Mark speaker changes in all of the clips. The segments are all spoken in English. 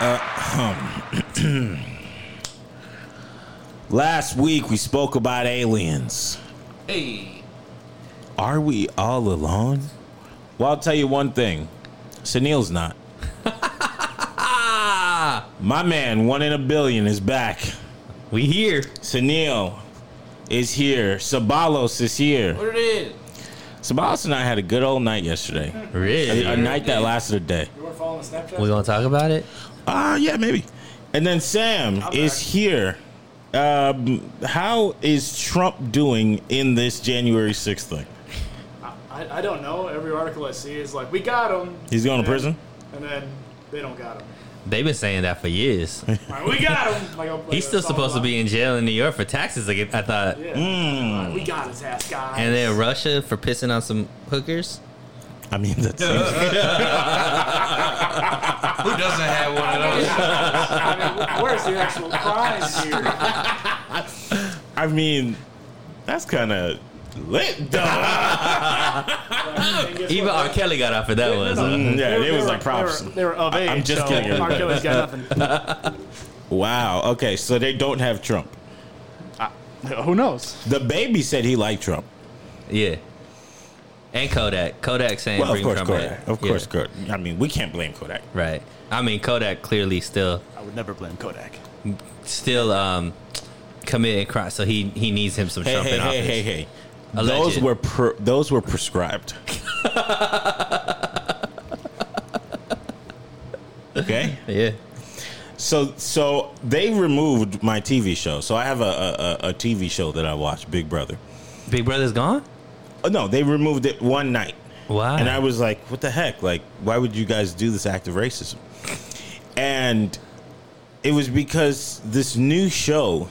Speaker 1: Uh, Last week we spoke about aliens.
Speaker 2: Hey.
Speaker 1: Are we all alone? Well, I'll tell you one thing. Sunil's not.
Speaker 2: Ah,
Speaker 1: My man, one in a billion, is back.
Speaker 2: we here.
Speaker 1: Sunil is here. Sabalos is here.
Speaker 2: What it is?
Speaker 1: Sabalos and I had a good old night yesterday.
Speaker 2: Really?
Speaker 1: A, a night that lasted a day.
Speaker 2: We gonna talk about it?
Speaker 1: Ah, yeah, maybe. And then Sam is here. Um, how is Trump doing in this January 6th thing?
Speaker 3: I, I don't know. Every article I see is like, we got him.
Speaker 1: He's going to prison?
Speaker 3: And then they don't got him.
Speaker 2: They've been saying that for years.
Speaker 3: Like, we got him. Like, like,
Speaker 2: He's still supposed to be in jail in New York for taxes. Like I thought,
Speaker 1: Hmm.
Speaker 3: Yeah. Like, we got his ass, guys.
Speaker 2: and then Russia for pissing on some hookers.
Speaker 1: I mean, that seems
Speaker 4: Who doesn't have one of those?
Speaker 3: I mean, where's the actual crimes here?
Speaker 1: I mean, that's kind of lit, though.
Speaker 3: And guess
Speaker 2: Even R.
Speaker 3: what?
Speaker 2: Kelly got off of that one. so-
Speaker 1: Mm, yeah,
Speaker 3: They
Speaker 1: it
Speaker 3: were-
Speaker 1: was
Speaker 3: they
Speaker 1: like
Speaker 3: were-
Speaker 1: props.
Speaker 3: They were, they were of
Speaker 1: I-
Speaker 3: age.
Speaker 1: I'm just
Speaker 3: so
Speaker 1: kidding.
Speaker 3: R. Kelly's got nothing.
Speaker 1: Wow. Okay, so they don't have Trump.
Speaker 3: Who knows?
Speaker 1: The baby said he liked Trump.
Speaker 2: Yeah. And Kodak. Kodak saying
Speaker 1: Well, of
Speaker 2: bring
Speaker 1: course,
Speaker 2: Trump
Speaker 1: Kodak.
Speaker 2: back.
Speaker 1: Of
Speaker 2: Yeah,
Speaker 1: course, Kodak. I mean, we can't blame Kodak.
Speaker 2: Right. I mean, Kodak clearly still
Speaker 3: I would never blame Kodak.
Speaker 2: still um committing crime, so he he needs him some
Speaker 1: Hey,
Speaker 2: Trump
Speaker 1: hey,
Speaker 2: in
Speaker 1: hey,
Speaker 2: office.
Speaker 1: hey, hey.
Speaker 2: Alleged.
Speaker 1: Those were per, those were prescribed. okay.
Speaker 2: Yeah.
Speaker 1: So so they removed my TV show. So I have a, a a- a TV show that I watch, Big Brother.
Speaker 2: Big Brother's gone?
Speaker 1: Oh, no, they removed it one night.
Speaker 2: Wow.
Speaker 1: And I was like, what the heck? Like, why would you guys do this act of racism? And it was because this new show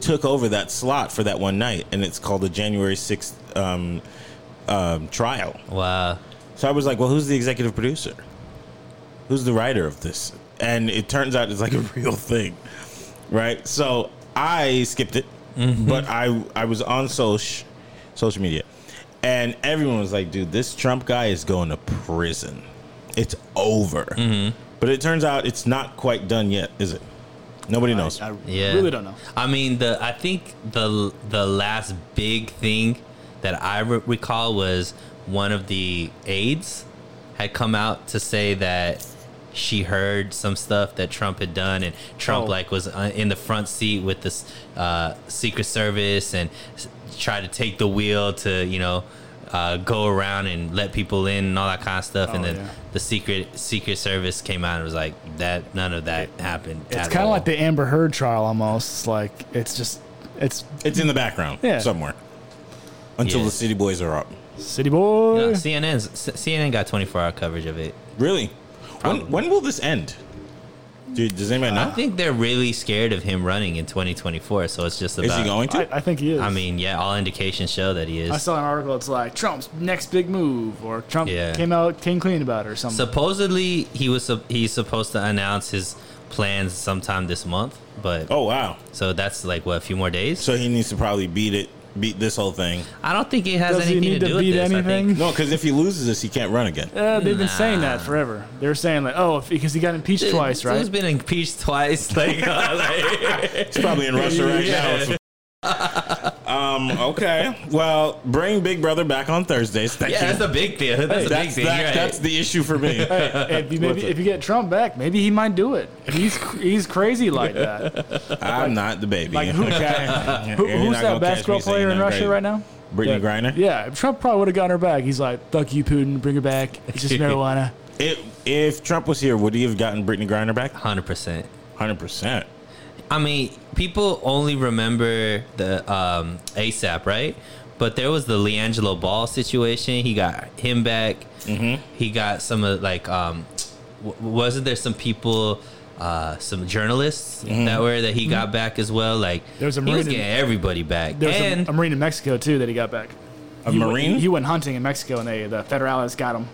Speaker 1: took over that slot for that one night, and it's called the January 6th um, um, trial.
Speaker 2: Wow.
Speaker 1: So I was like, well, who's the executive producer? Who's the writer of this? And it turns out it's like a real thing, right? So I skipped it,
Speaker 3: Mm-hmm.
Speaker 1: but I I was on social social media, and everyone was like, dude, this Trump guy is going to prison. It's over.
Speaker 3: Mm-hmm.
Speaker 1: But it turns out it's not quite done yet, is it? Nobody knows.
Speaker 3: I
Speaker 2: Yeah.
Speaker 3: really don't know.
Speaker 2: I mean, the I think the the last big thing that I re- recall was one of the aides had come out to say that she heard some stuff that Trump had done, and Trump
Speaker 3: Oh.
Speaker 2: like was uh, in the front seat with the uh, Secret Service and s- tried to take the wheel to you know. Uh, go around and let people in and all that kind of stuff, and
Speaker 3: Oh,
Speaker 2: then
Speaker 3: yeah.
Speaker 2: the secret Secret Service came out and was like, "That none of that happened."
Speaker 3: It's
Speaker 2: at
Speaker 3: kind of
Speaker 2: all.
Speaker 3: like the Amber Heard trial almost. It's like, it's just, it's
Speaker 1: it's in the background
Speaker 3: Yeah.
Speaker 1: somewhere until
Speaker 2: Yeah.
Speaker 1: the city boys are up.
Speaker 3: City Boy.
Speaker 2: No, CNN's C- CNN got 24 hour coverage of it.
Speaker 1: Really?
Speaker 3: Um,
Speaker 1: When, when will this end? Dude, does anybody know?
Speaker 2: I think they're really scared of him running in 2024. So it's just about.
Speaker 1: Is he going to?
Speaker 3: I, I think he is.
Speaker 2: I mean, yeah, all indications show that he
Speaker 3: I
Speaker 2: is.
Speaker 3: saw an article. It's like Trump's next big move, or Trump
Speaker 2: Yeah.
Speaker 3: came out came clean about it, or something.
Speaker 2: Supposedly, he was sup- he's supposed to announce his plans sometime this month, but
Speaker 1: oh wow!
Speaker 2: so that's like what a few more days.
Speaker 1: So he needs to probably beat it beat this whole thing.
Speaker 2: I don't think it has
Speaker 5: Does he
Speaker 2: anything to do
Speaker 5: need to
Speaker 2: with
Speaker 5: beat
Speaker 2: this. I think
Speaker 5: anything?
Speaker 1: No, because if he loses this, he can't run again.
Speaker 3: Uh, they've been saying that forever. They were saying like, oh, if, because he got impeached twice,
Speaker 2: Dude, He's
Speaker 3: right?
Speaker 2: been impeached twice. Like, uh, like-
Speaker 1: He's probably in Russia right now. with some- um. Okay. Well, bring Big Brother back on Thursdays. Thank
Speaker 2: yeah,
Speaker 1: you.
Speaker 2: that's a big deal. That's a big
Speaker 1: that's,
Speaker 2: thing.
Speaker 1: that-
Speaker 2: You're right.
Speaker 1: that's the issue for me.
Speaker 3: if you maybe, if you get Trump back, maybe he might do it. He's cr- he's crazy like that.
Speaker 1: I'm not the baby.
Speaker 3: Like who, who-
Speaker 1: You're
Speaker 3: who's
Speaker 1: not gonna catch
Speaker 3: that basketball
Speaker 1: me saying
Speaker 3: player in
Speaker 1: I'm
Speaker 3: Russia
Speaker 1: crazy.
Speaker 3: right now?
Speaker 1: Brittany
Speaker 3: Yeah.
Speaker 1: Griner.
Speaker 3: Yeah, Trump probably would have gotten her back. He's like, fuck you, Putin, bring her back. It's just marijuana.
Speaker 1: If, if Trump was here, would he have gotten Brittany Griner back?
Speaker 2: 100%.
Speaker 1: Hundred percent.
Speaker 2: I mean, people only remember the um, ASAP, right? But there was the Leangelo Ball situation. He got him back. Mm-hmm. He got some of like, um, w- wasn't there some people, uh, some journalists that were that he got back as well? Like,
Speaker 3: There was a
Speaker 2: he was
Speaker 3: Marine-
Speaker 2: getting everybody back.
Speaker 3: There's
Speaker 2: And
Speaker 3: a, um, a Marine in Mexico too that he got back.
Speaker 1: A
Speaker 3: he
Speaker 1: Marine?
Speaker 3: Went, he went hunting in Mexico, and they the federalists got him,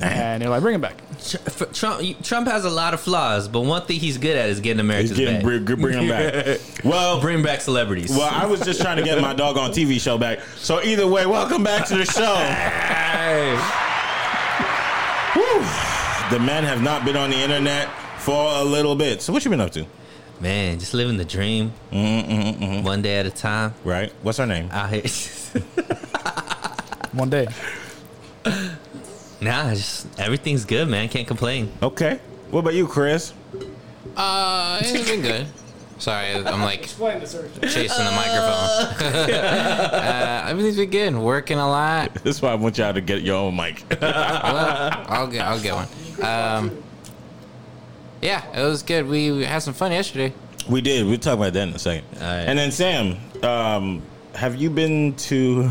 Speaker 3: and they're like, bring him back.
Speaker 2: Tr- f- Trump, Trump has a lot of flaws, but one thing he's good at is getting Americans
Speaker 1: He's getting
Speaker 2: back.
Speaker 1: bring, bring him back. Well,
Speaker 2: Bring back celebrities.
Speaker 1: well, I was just trying to get my dog on TV show back. So either way, welcome back to the show.
Speaker 2: Hey.
Speaker 1: Whew. The men have not been on the internet for a little bit. So what you been up to?
Speaker 2: Man, just living the dream. One day at a time.
Speaker 1: Right? What's her name?
Speaker 2: Out here.
Speaker 3: One day,
Speaker 2: nah, just everything's good, man. Can't complain.
Speaker 1: Okay. What about you, Chris?
Speaker 4: Uh, it's been good. Sorry, I'm like
Speaker 3: explain this. Urgent.
Speaker 4: chasing the microphone. uh, everything's been good. Working a lot.
Speaker 1: That's why I want y'all to get your own mic.
Speaker 4: Well, I'll get, I'll get one. Um, yeah, it was good. We, we had some fun yesterday.
Speaker 1: we did. We'll talk about that in a second.
Speaker 2: right.
Speaker 1: And then Sam, um, have you been to?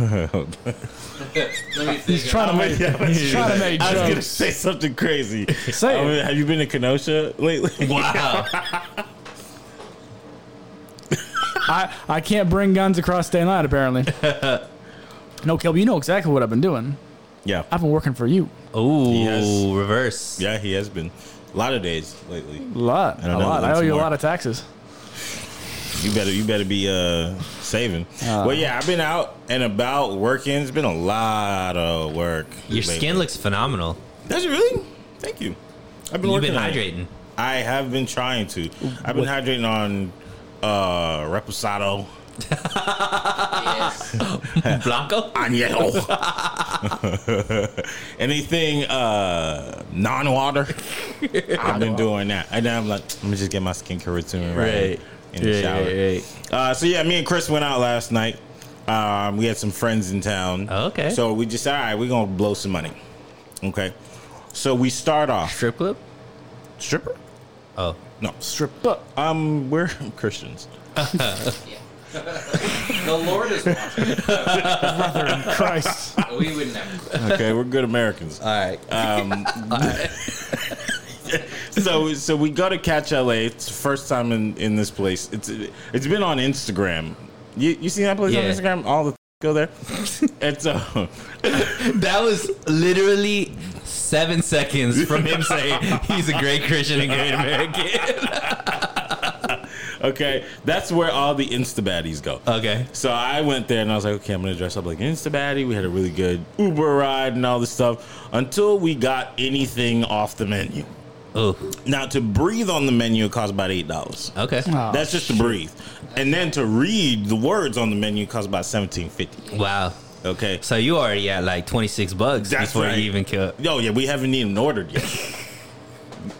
Speaker 3: He's trying to make he's trying to make
Speaker 1: I was gonna
Speaker 3: jokes.
Speaker 1: say something crazy.
Speaker 3: Say it.
Speaker 1: I mean, have you been to Kenosha lately?
Speaker 2: Wow.
Speaker 3: I, I can't bring guns across state line apparently. no, Kelby, you know exactly what I've been doing.
Speaker 1: yeah.
Speaker 3: I've been working for you
Speaker 2: Ooh,
Speaker 1: Yes.
Speaker 2: reverse.
Speaker 1: Yeah, he has been. A lot of days lately.
Speaker 3: a lot,
Speaker 1: don't
Speaker 3: a
Speaker 1: know,
Speaker 3: lot. I
Speaker 1: that's
Speaker 3: owe you a
Speaker 1: more.
Speaker 3: lot of taxes.
Speaker 1: You better you better be uh saving. well yeah, I've been out and about working. It's been a lot of work.
Speaker 2: Your
Speaker 1: lately.
Speaker 2: skin looks phenomenal.
Speaker 1: Does it really? Thank you. I've been
Speaker 2: You've
Speaker 1: working
Speaker 2: been
Speaker 1: on it.
Speaker 2: hydrating.
Speaker 1: I have been trying to. I've been hydrating on uh reposado.
Speaker 2: Blanco?
Speaker 1: Añejo. Anything uh, non water, I've been doing that. And then I'm like, let me just get my skincare routine right,
Speaker 2: Right.
Speaker 1: in the
Speaker 2: Right,
Speaker 1: shower.
Speaker 2: right,
Speaker 1: Uh, so yeah, me and Chris went out last night. Um, we had some friends in town.
Speaker 2: Okay.
Speaker 1: So we just all right, we're gonna blow some money. Okay. So we start off
Speaker 2: Strip club?
Speaker 1: stripper.
Speaker 2: Oh.
Speaker 1: No, strip.
Speaker 3: But
Speaker 1: Um, we're Christians.
Speaker 4: The Lord is watching.
Speaker 3: Christ,
Speaker 4: We would never.
Speaker 1: Okay, we're good Americans.
Speaker 2: All right.
Speaker 1: so so we go to Catch LA. It's the first time in, in this place. It's it's been on Instagram. You you see that place
Speaker 2: Yeah.
Speaker 1: on Instagram? All the go there. and so
Speaker 2: that was literally seven seconds from him saying he's a great Christian and great American.
Speaker 1: okay, that's where all the Insta baddies go.
Speaker 2: okay.
Speaker 1: So I went there and I was like, okay, I'm gonna dress up like an Insta baddie. We had a really good Uber ride and all this stuff until we got anything off the menu.
Speaker 2: Oh,
Speaker 1: Now to breathe on the menu it costs about eight dollars.
Speaker 2: okay.
Speaker 3: Oh,
Speaker 1: That's just to breathe, and then to read the words on the menu costs about seventeen fifty.
Speaker 2: Wow.
Speaker 1: Okay,
Speaker 2: So you already at like 26 bucks
Speaker 1: That's
Speaker 2: before
Speaker 1: right.
Speaker 2: you even killed.
Speaker 1: Oh yeah, we haven't even ordered yet.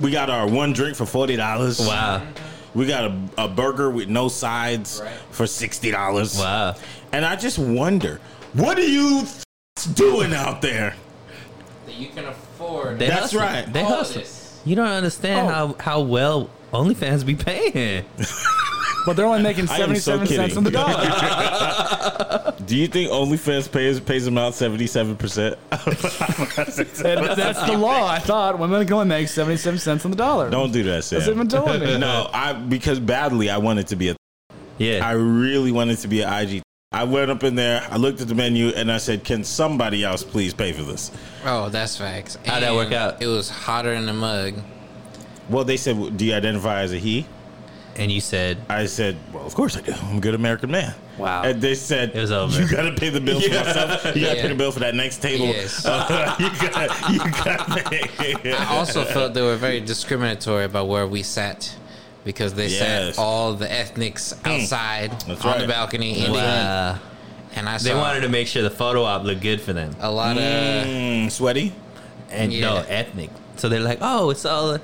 Speaker 1: we got our one drink for forty dollars.
Speaker 2: Wow.
Speaker 1: We got a, a burger with no sides
Speaker 4: Right.
Speaker 1: for sixty dollars.
Speaker 2: Wow.
Speaker 1: And I just wonder, what are you f- doing out there?
Speaker 4: That you can afford.
Speaker 2: They
Speaker 1: That's
Speaker 2: hustle.
Speaker 1: right. Oh.
Speaker 2: They
Speaker 4: All of
Speaker 2: hustle.
Speaker 4: this.
Speaker 2: You don't understand how, how well OnlyFans be paying.
Speaker 3: but they're only making
Speaker 1: I am so
Speaker 3: seventy-seven cents
Speaker 1: kidding.
Speaker 3: on the dollar.
Speaker 1: Do you think OnlyFans pays pays them out seventy seven percent?
Speaker 3: And that's the law. I thought women can only make seventy-seven cents on the dollar.
Speaker 1: Don't do that,
Speaker 3: That's what
Speaker 1: Sam.
Speaker 3: they've been telling me.
Speaker 1: No, I because badly I wanted to be a. I
Speaker 2: Yeah.
Speaker 1: really wanted to be an IG. I went up in there. I looked at the menu and I said, "Can somebody else please pay for this?"
Speaker 4: Oh, that's facts.
Speaker 2: How'd that work
Speaker 4: And
Speaker 2: out?
Speaker 4: It was hotter in the mug.
Speaker 1: Well, they said, "Do you identify as a he?"
Speaker 2: and you said,
Speaker 1: I said, "Well, of course I do. I'm a good American man."
Speaker 2: Wow.
Speaker 1: And they said,
Speaker 2: It was over.
Speaker 1: "You got to pay the bill for myself. You got to
Speaker 4: Yeah.
Speaker 1: pay the bill for that next table.
Speaker 4: Yes.
Speaker 1: Uh, you got, you got to pay."
Speaker 4: I also felt they were very discriminatory about where we sat because they
Speaker 1: Yes.
Speaker 4: sat all the ethnics outside
Speaker 1: That's
Speaker 4: on
Speaker 1: right.
Speaker 4: the balcony eating.
Speaker 2: wow.
Speaker 4: and I saw
Speaker 2: They wanted to make sure the photo op looked good for them.
Speaker 4: a lot of
Speaker 1: Mm, sweaty.
Speaker 2: and
Speaker 4: Yeah.
Speaker 2: no ethnic. So they're like, oh, it's all.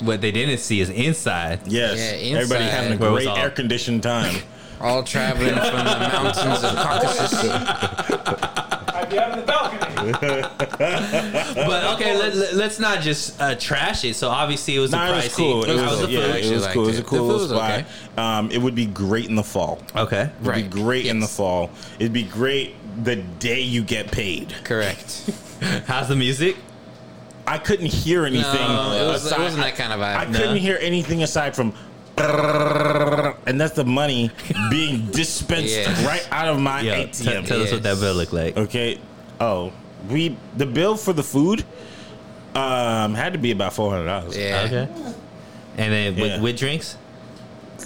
Speaker 2: What they didn't see is inside.
Speaker 1: Yes.
Speaker 4: Yeah,
Speaker 1: Everybody
Speaker 4: inside.
Speaker 1: having a
Speaker 2: Where was
Speaker 1: great
Speaker 2: all-
Speaker 1: air conditioned time.
Speaker 4: all traveling from the mountains of Caucasus.
Speaker 3: I'd be out on the balcony.
Speaker 2: But okay, let, let, let's not just uh, trash it. So obviously it was
Speaker 1: Nah,
Speaker 2: a
Speaker 1: it
Speaker 2: pricey.
Speaker 1: was cool. It
Speaker 2: How
Speaker 1: was,
Speaker 2: was the
Speaker 1: yeah,
Speaker 2: food?
Speaker 1: it was
Speaker 4: Actually
Speaker 1: cool. It
Speaker 4: liked
Speaker 1: was a
Speaker 4: it.
Speaker 1: cool
Speaker 4: The
Speaker 1: little
Speaker 4: food was
Speaker 1: spot. Um, it would be great in the fall.
Speaker 2: Okay.
Speaker 1: It would be
Speaker 4: Right.
Speaker 1: great in the
Speaker 4: Yes.
Speaker 1: fall. It'd be great the day you get paid.
Speaker 4: Correct.
Speaker 2: How's the music?
Speaker 1: I couldn't hear anything.
Speaker 4: No, it, was, it
Speaker 1: aside-
Speaker 4: wasn't that kind of vibe.
Speaker 1: I
Speaker 4: no.
Speaker 1: couldn't hear anything aside from. And that's the money being dispensed
Speaker 4: Yes.
Speaker 1: right out of my
Speaker 2: Yeah. t-
Speaker 1: ATM.
Speaker 2: tell us what that bill looked like.
Speaker 1: okay. Oh, we the bill for the food um had to be about four hundred dollars.
Speaker 4: Yeah.
Speaker 2: Okay. And then
Speaker 1: Yeah.
Speaker 2: with, with drinks.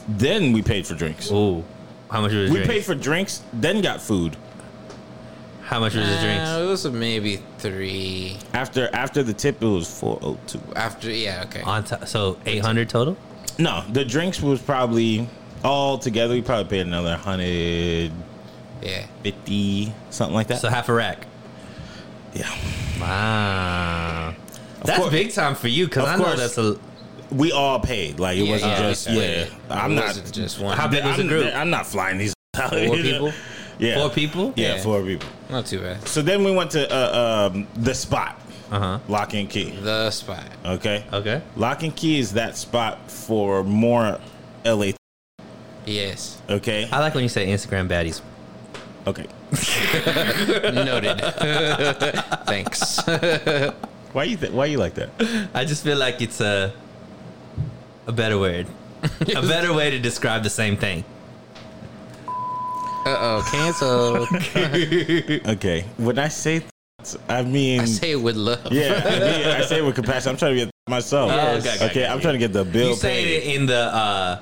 Speaker 1: Then we paid for drinks.
Speaker 2: Ooh, how much was
Speaker 1: We
Speaker 2: drinks?
Speaker 1: paid for drinks, then got food
Speaker 2: how much was the
Speaker 4: Uh,
Speaker 2: drinks
Speaker 4: it was maybe three
Speaker 1: after after the tip. It was four oh two.
Speaker 4: after. Yeah. Okay.
Speaker 2: on top? So eight hundred total.
Speaker 1: No, the drinks was probably all together. We probably paid another hundred
Speaker 4: Yeah.
Speaker 1: fifty something like that.
Speaker 2: So half a rack.
Speaker 1: yeah.
Speaker 2: Wow. That's
Speaker 1: course.
Speaker 2: big time for you because
Speaker 1: Of
Speaker 2: I know
Speaker 1: course.
Speaker 2: that's a.
Speaker 1: we all paid. Like it
Speaker 4: Yeah,
Speaker 1: wasn't
Speaker 4: yeah,
Speaker 1: just
Speaker 4: we
Speaker 1: yeah.
Speaker 4: paid.
Speaker 1: I'm
Speaker 4: It
Speaker 1: not
Speaker 4: wasn't just one.
Speaker 2: How big was the
Speaker 1: I'm,
Speaker 2: group?
Speaker 1: I'm not flying these out.
Speaker 4: Four people?
Speaker 1: Yeah,
Speaker 2: Four people?
Speaker 1: Yeah,
Speaker 4: Yeah.
Speaker 1: four people.
Speaker 4: Not too bad.
Speaker 1: So then we went to uh, um, the spot,
Speaker 4: Uh-huh.
Speaker 2: Uh huh.
Speaker 1: Lock and Key.
Speaker 4: The spot.
Speaker 1: Okay,
Speaker 2: Okay.
Speaker 1: Lock and Key is that spot for more LA.
Speaker 4: Yes.
Speaker 1: Okay,
Speaker 2: I like when you say Instagram baddies.
Speaker 1: okay.
Speaker 4: Noted. Thanks.
Speaker 1: Why you th- Why you like that?
Speaker 2: I just feel like it's a a better word, a better way to describe the same thing.
Speaker 4: Uh oh, cancel.
Speaker 1: Okay, when I say, th- I mean.
Speaker 4: I say it with love.
Speaker 1: yeah, I, mean, I say it with compassion. I'm trying to get myself.
Speaker 2: Yes.
Speaker 1: okay,
Speaker 2: Oh, Okay, okay, okay,
Speaker 1: I'm trying to get the bill
Speaker 2: You saying
Speaker 1: paid.
Speaker 2: it in the uh,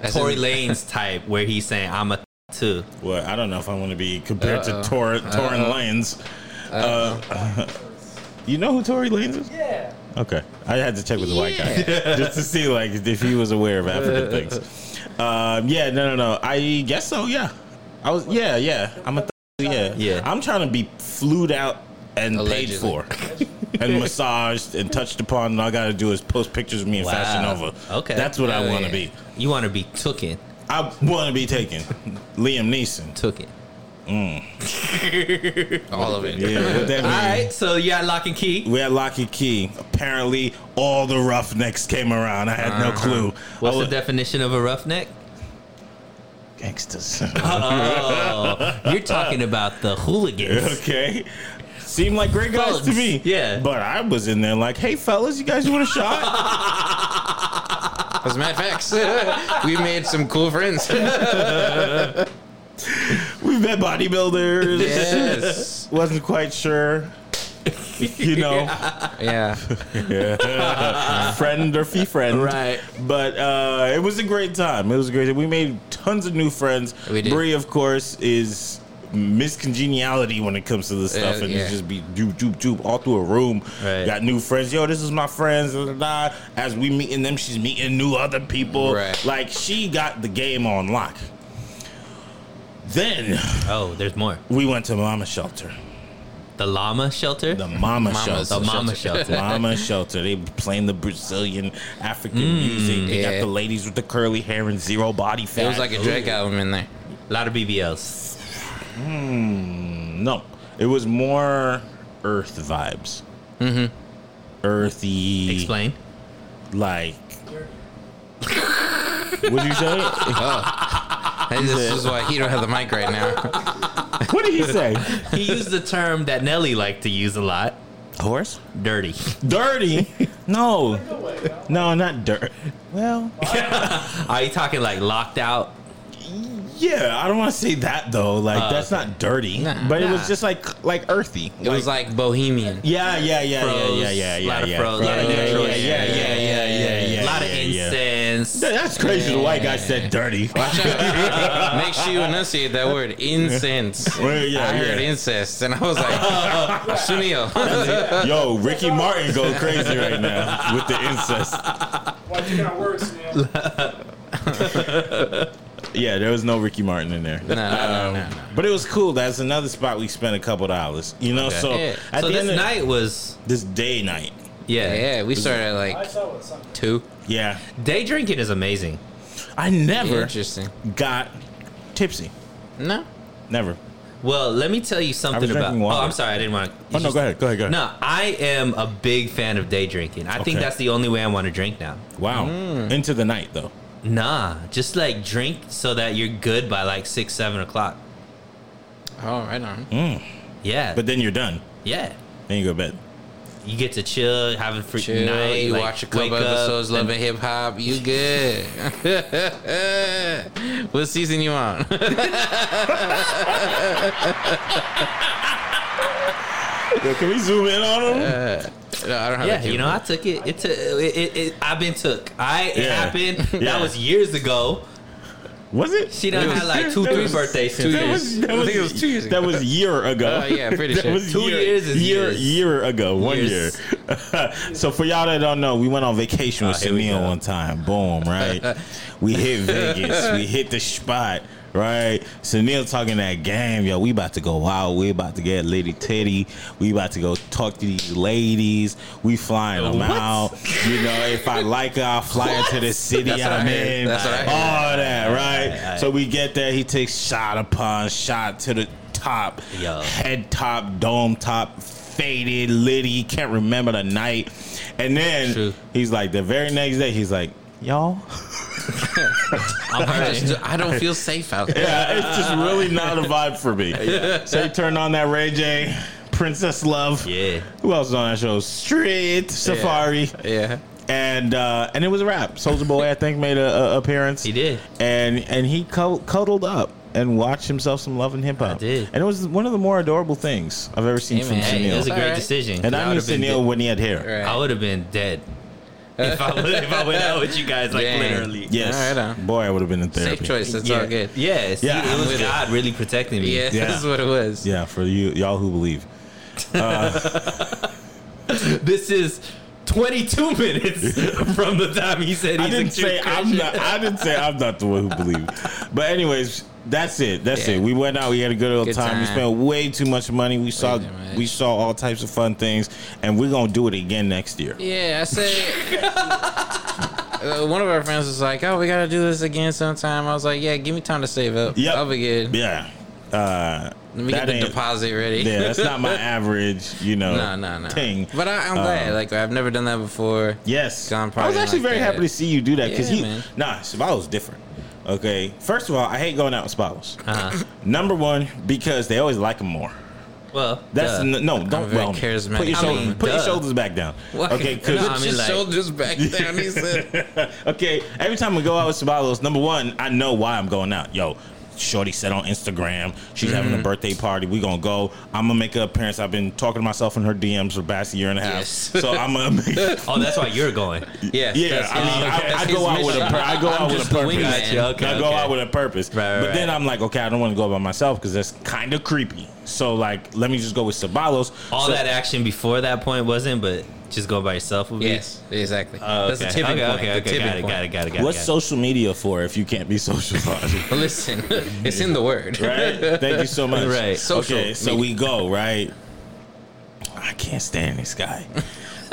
Speaker 4: As
Speaker 2: Tory
Speaker 4: in-
Speaker 2: Lanes type, where he's saying I'm a too.
Speaker 1: Well, I don't know if I want to be compared
Speaker 4: Uh-oh.
Speaker 1: to Tor- Torin Lanez. Uh, you know who Tory Lanez is?
Speaker 3: Yeah.
Speaker 1: Okay, I had to check with the white guy just to see like if he was aware of African things. Um, yeah, no, no, no. I guess so. Yeah, I was. Yeah, yeah. I'm a. Th- yeah,
Speaker 2: Yeah.
Speaker 1: I'm trying to be flued out and
Speaker 4: Allegedly.
Speaker 1: paid for, and massaged and touched upon. And all I got to do is post pictures of me in
Speaker 2: Wow.
Speaker 1: Fashion Nova.
Speaker 2: Okay. Oh,
Speaker 1: that's what I
Speaker 4: Hell
Speaker 1: want to
Speaker 4: yeah.
Speaker 1: be.
Speaker 2: You want to be tooken,
Speaker 1: I want to be taken. Liam Neeson.
Speaker 2: tooken.
Speaker 4: All of it.
Speaker 1: Yeah, what that
Speaker 2: All
Speaker 1: mean?
Speaker 2: right, so you got lock and key.
Speaker 1: We had Lock and Key. Apparently, all the roughnecks came around. I had no clue.
Speaker 2: Uh-huh. What's
Speaker 1: I
Speaker 2: the
Speaker 1: was-
Speaker 2: definition of a roughneck?
Speaker 1: Gangsters.
Speaker 2: Oh, you're talking about the hooligans.
Speaker 1: okay. Seemed like great guys to
Speaker 2: Thugs.
Speaker 1: me.
Speaker 2: Yeah.
Speaker 1: But I was in there like, hey, fellas, you guys want a shot?
Speaker 4: As a matter of fact, we made some cool friends.
Speaker 1: We've met bodybuilders.
Speaker 4: yes.
Speaker 1: Wasn't quite sure. You know,
Speaker 4: Yeah.
Speaker 1: friend or fee friend.
Speaker 2: Right.
Speaker 1: But uh, it was a great time. It was a great time. We made tons of new friends.
Speaker 4: We did.
Speaker 1: Bree, of course, is Miss Congeniality when it comes to this stuff,
Speaker 4: Yeah,
Speaker 1: and
Speaker 4: yeah.
Speaker 1: you just be doop doop doop all through a room.
Speaker 2: Right.
Speaker 1: Got new friends. Yo, this is my friends. Da, da, da. As we meeting them, she's meeting new other people.
Speaker 4: Right.
Speaker 1: Like she got the game on lock. Then
Speaker 2: Oh, there's more.
Speaker 1: we went to Mama Shelter,
Speaker 2: The llama shelter.
Speaker 1: the Mama
Speaker 4: Mama's
Speaker 1: Shelter.
Speaker 2: The mama shelter.
Speaker 1: Mama Shelter. They playing the Brazilian African music. They got
Speaker 4: Mm, Yeah.
Speaker 1: the ladies with the curly hair and zero body fat.
Speaker 4: It was like a Drake album in there.
Speaker 2: A lot of BBLs.
Speaker 1: No, it was more Earth vibes. Mm-hmm. Earthy.
Speaker 2: Explain.
Speaker 1: Like. Would you say?
Speaker 4: And this is why he don't have the mic right now.
Speaker 1: what did he say?
Speaker 2: He used the term that Nelly liked to use a lot.
Speaker 1: Horse.
Speaker 2: Dirty.
Speaker 1: Dirty. No. No, not dirt. Well.
Speaker 2: Are you talking like locked out?
Speaker 1: Yeah, I don't want to say that though. Like that's not dirty,
Speaker 4: Oh, Nah.
Speaker 1: but it was
Speaker 4: Nah.
Speaker 1: just like like earthy.
Speaker 4: It was like Bohemian.
Speaker 1: Yeah, yeah, yeah, yeah,
Speaker 2: Froze,
Speaker 1: yeah, yeah, yeah.
Speaker 2: lot of
Speaker 1: yeah.
Speaker 2: froze, lot
Speaker 1: yeah,
Speaker 2: of
Speaker 1: yeah,
Speaker 2: natural
Speaker 1: yeah, yeah, yeah, yeah, yeah, yeah,
Speaker 2: a lot of
Speaker 1: yeah, yeah.
Speaker 2: incense,
Speaker 4: Ins-
Speaker 1: That's crazy. The white guy said dirty.
Speaker 4: Watch out. Make sure you enunciate that word incense.
Speaker 1: Well, yeah,
Speaker 4: I heard
Speaker 1: yeah.
Speaker 4: incest, and I was like, Sunil.
Speaker 1: Yo, Ricky Martin go crazy right now with the incest.
Speaker 3: Why'd you got words, man?
Speaker 1: Yeah, there was no Ricky Martin in there.
Speaker 4: no, no, no, no, no.
Speaker 1: But it was cool. That's another spot we spent a couple dollars. You know, so
Speaker 4: Yeah.
Speaker 1: at
Speaker 2: so
Speaker 1: the
Speaker 2: this
Speaker 1: end of
Speaker 2: night was
Speaker 1: this day night.
Speaker 2: yeah.
Speaker 4: Yeah, we started at like
Speaker 3: saw it. Something.
Speaker 4: two.
Speaker 1: Yeah.
Speaker 2: Day drinking is amazing.
Speaker 1: I never
Speaker 4: Interesting.
Speaker 1: got tipsy.
Speaker 4: No.
Speaker 1: Never.
Speaker 2: Well, let me tell you something about.
Speaker 1: drinking
Speaker 2: Oh,
Speaker 1: water.
Speaker 2: I'm sorry, I didn't want. to.
Speaker 1: Oh, no, go ahead, go ahead, go ahead.
Speaker 2: No, I am a big fan of day drinking. I think
Speaker 1: Okay.
Speaker 2: that's the only way I want to drink now.
Speaker 1: Wow. Into the night though.
Speaker 2: Nah, just like drink so that you're good by like six, seven o'clock.
Speaker 4: Oh, right on.
Speaker 2: Yeah,
Speaker 1: But then you're done.
Speaker 2: yeah,
Speaker 1: Then you go to bed.
Speaker 2: you get to chill, have a free
Speaker 4: Chill.
Speaker 2: night.
Speaker 4: you
Speaker 2: like,
Speaker 4: watch a couple
Speaker 2: wake up
Speaker 4: episodes,
Speaker 2: and-
Speaker 4: loving hip hop. You good? what season you on?
Speaker 1: Yo, can we zoom in on him?
Speaker 4: No, I don't have.
Speaker 2: Yeah,
Speaker 4: a
Speaker 2: you know, I took it. It took. It, it, it, I've been took. I it
Speaker 1: Yeah.
Speaker 2: happened.
Speaker 1: Yeah.
Speaker 2: That was years ago.
Speaker 1: Was it?
Speaker 2: She done had like two,
Speaker 1: That
Speaker 2: three
Speaker 1: was-
Speaker 2: birthdays
Speaker 4: two
Speaker 2: since.
Speaker 1: That
Speaker 2: then.
Speaker 1: was, that
Speaker 4: I
Speaker 1: was,
Speaker 4: think it was two years
Speaker 1: That
Speaker 4: ago.
Speaker 1: was year ago.
Speaker 4: Uh, yeah, pretty
Speaker 1: that
Speaker 4: sure.
Speaker 1: was
Speaker 2: Two
Speaker 1: year,
Speaker 2: years is
Speaker 1: year,
Speaker 2: years.
Speaker 1: year ago. One
Speaker 2: Years.
Speaker 1: year. so for y'all that don't know, we went on vacation
Speaker 4: Ah,
Speaker 1: with
Speaker 2: Oh, here we
Speaker 1: Sunil
Speaker 2: go.
Speaker 1: one time. Boom, right? we hit Vegas. we hit the spot. Right, Sunil talking that game, yo. We about to go out. We about to get Lady Teddy. We about to go talk to these ladies. We flying them
Speaker 2: What?
Speaker 1: out. You know, if I like her, I'll fly her to the city
Speaker 4: That's what I
Speaker 1: I'm
Speaker 4: heard.
Speaker 1: in.
Speaker 4: That's what I heard.
Speaker 1: All that, right?
Speaker 2: Aight, aight.
Speaker 1: So we get there. He takes shot upon shot to the top,
Speaker 2: Yo.
Speaker 1: head top, dome top, faded, litty. Can't remember the night. And then
Speaker 2: True.
Speaker 1: he's like, the very next day, he's like, y'all.
Speaker 4: I'm I don't feel safe out there.
Speaker 1: Yeah, it's just really not a vibe for me. So he turned on that Ray J, Princess Love.
Speaker 2: Yeah.
Speaker 1: Who else was on that show? Street Safari.
Speaker 4: Yeah.
Speaker 1: and uh, and it was a wrap. Soldier Boy, I think, made a, a appearance.
Speaker 2: He did.
Speaker 1: and and he cu- cuddled up and watched himself some love and hip hop.
Speaker 2: did.
Speaker 1: and it was one of the more adorable things I've ever seen
Speaker 4: Hey,
Speaker 1: from
Speaker 4: man.
Speaker 2: Hey, it was a
Speaker 1: Sunil.
Speaker 4: All
Speaker 2: great
Speaker 4: right.
Speaker 2: decision.
Speaker 1: And
Speaker 2: I,
Speaker 1: I
Speaker 4: I
Speaker 1: knew
Speaker 4: would've been
Speaker 1: Sunil
Speaker 4: dead.
Speaker 1: when he had hair.
Speaker 4: Right.
Speaker 2: would have been dead if I would, if I went out with you guys like
Speaker 4: Dang.
Speaker 2: literally.
Speaker 1: Yes,
Speaker 4: All right, huh?
Speaker 1: boy, I would have been in therapy.
Speaker 4: Safe choice. That's
Speaker 2: yeah.
Speaker 4: all good.
Speaker 2: Yeah, see,
Speaker 1: Yeah,
Speaker 2: it
Speaker 1: I'm
Speaker 2: was
Speaker 4: with it.
Speaker 2: God really protecting me.
Speaker 4: Yeah,
Speaker 1: Yeah.
Speaker 4: that's what it was.
Speaker 1: Yeah, for you y'all who believe.
Speaker 2: This is 22 minutes from the time he said
Speaker 1: I
Speaker 2: he's
Speaker 1: didn't
Speaker 2: a true
Speaker 1: say I'm
Speaker 2: Christian.
Speaker 1: not. I didn't say I'm not the one who believed. But anyways, that's it. That's
Speaker 4: Yeah.
Speaker 1: it. We went out. We had a good old
Speaker 4: Good
Speaker 1: time. We
Speaker 4: time.
Speaker 1: spent way too much money. We saw
Speaker 4: too much.
Speaker 1: we saw all types of fun things, and we're gonna do it again next year.
Speaker 4: Yeah, I say. Uh, one of our friends was like, "Oh, we gotta do this again sometime." I was like, "Yeah, give me time to save up.
Speaker 1: Yep.
Speaker 4: I'll be good.
Speaker 1: Yeah. Uh,
Speaker 4: Let me
Speaker 1: that
Speaker 4: get the
Speaker 1: ain't-
Speaker 4: deposit ready."
Speaker 1: Yeah, that's not my average, you know,
Speaker 4: no, no, no.
Speaker 1: thing.
Speaker 4: But I, I'm glad. Like I've never done that before.
Speaker 1: Um, yes. I
Speaker 4: Gone
Speaker 1: was
Speaker 4: partying
Speaker 1: actually
Speaker 4: like
Speaker 1: very
Speaker 4: that.
Speaker 1: happy to see you do that because
Speaker 4: Yeah,
Speaker 1: he,
Speaker 4: man.
Speaker 1: nah, Spalos different. Okay. First of all, I hate going out with Spalos.
Speaker 2: Uh-huh.
Speaker 1: Number one, because they always like him more.
Speaker 2: Well,
Speaker 1: That's
Speaker 2: duh.
Speaker 1: n- no, don't
Speaker 4: very
Speaker 1: well. Put your
Speaker 4: charismatic
Speaker 1: shoulders,
Speaker 2: I mean,
Speaker 1: put your
Speaker 2: duh.
Speaker 1: shoulders back down.
Speaker 4: What?
Speaker 1: Okay,
Speaker 4: Put
Speaker 2: No, I
Speaker 1: because
Speaker 2: mean,
Speaker 4: your
Speaker 2: like-
Speaker 4: shoulders back down. He said,
Speaker 1: okay, every time we go out with Sabalos, number one, I know why I'm going out. Yo, Shorty said on Instagram she's having
Speaker 2: Mm.
Speaker 1: a birthday party. We gonna go. I'm gonna make an appearance. I've been talking to myself in her DMs for the past year and a half.
Speaker 4: Yes.
Speaker 1: So I'm gonna. Make,
Speaker 2: Oh, that's why you're going.
Speaker 4: "Yeah,
Speaker 1: yeah,
Speaker 4: that's
Speaker 1: I mean,
Speaker 4: his-
Speaker 1: I,
Speaker 4: that's
Speaker 1: I
Speaker 4: his
Speaker 1: go out with a
Speaker 4: mission.
Speaker 1: pur- I go
Speaker 4: I'm
Speaker 1: out with
Speaker 4: just
Speaker 1: a
Speaker 4: the
Speaker 1: purpose.
Speaker 4: wingman.
Speaker 2: Gotcha, okay.
Speaker 1: I go out with a purpose.
Speaker 2: Right, right,
Speaker 1: but then
Speaker 2: right.
Speaker 1: I'm like, okay, I don't want to go by myself because that's kind of creepy. So like, let me just go with Sabalos.
Speaker 2: All
Speaker 1: So-
Speaker 2: that action before that point wasn't, but just going by yourself would be.
Speaker 4: Yes, exactly.
Speaker 2: Oh,
Speaker 4: That's a tipping
Speaker 2: okay,
Speaker 4: point.
Speaker 2: Okay,
Speaker 4: the
Speaker 2: okay,
Speaker 4: tipping
Speaker 2: got, it,
Speaker 4: point.
Speaker 2: got it, got it, got it,
Speaker 1: What's
Speaker 2: got
Speaker 1: social media for if you can't be socializing?
Speaker 4: But listen, it's in the word.
Speaker 1: right? Thank you so much.
Speaker 2: Right.
Speaker 4: Social
Speaker 1: okay, so we go, right? I can't stand this guy.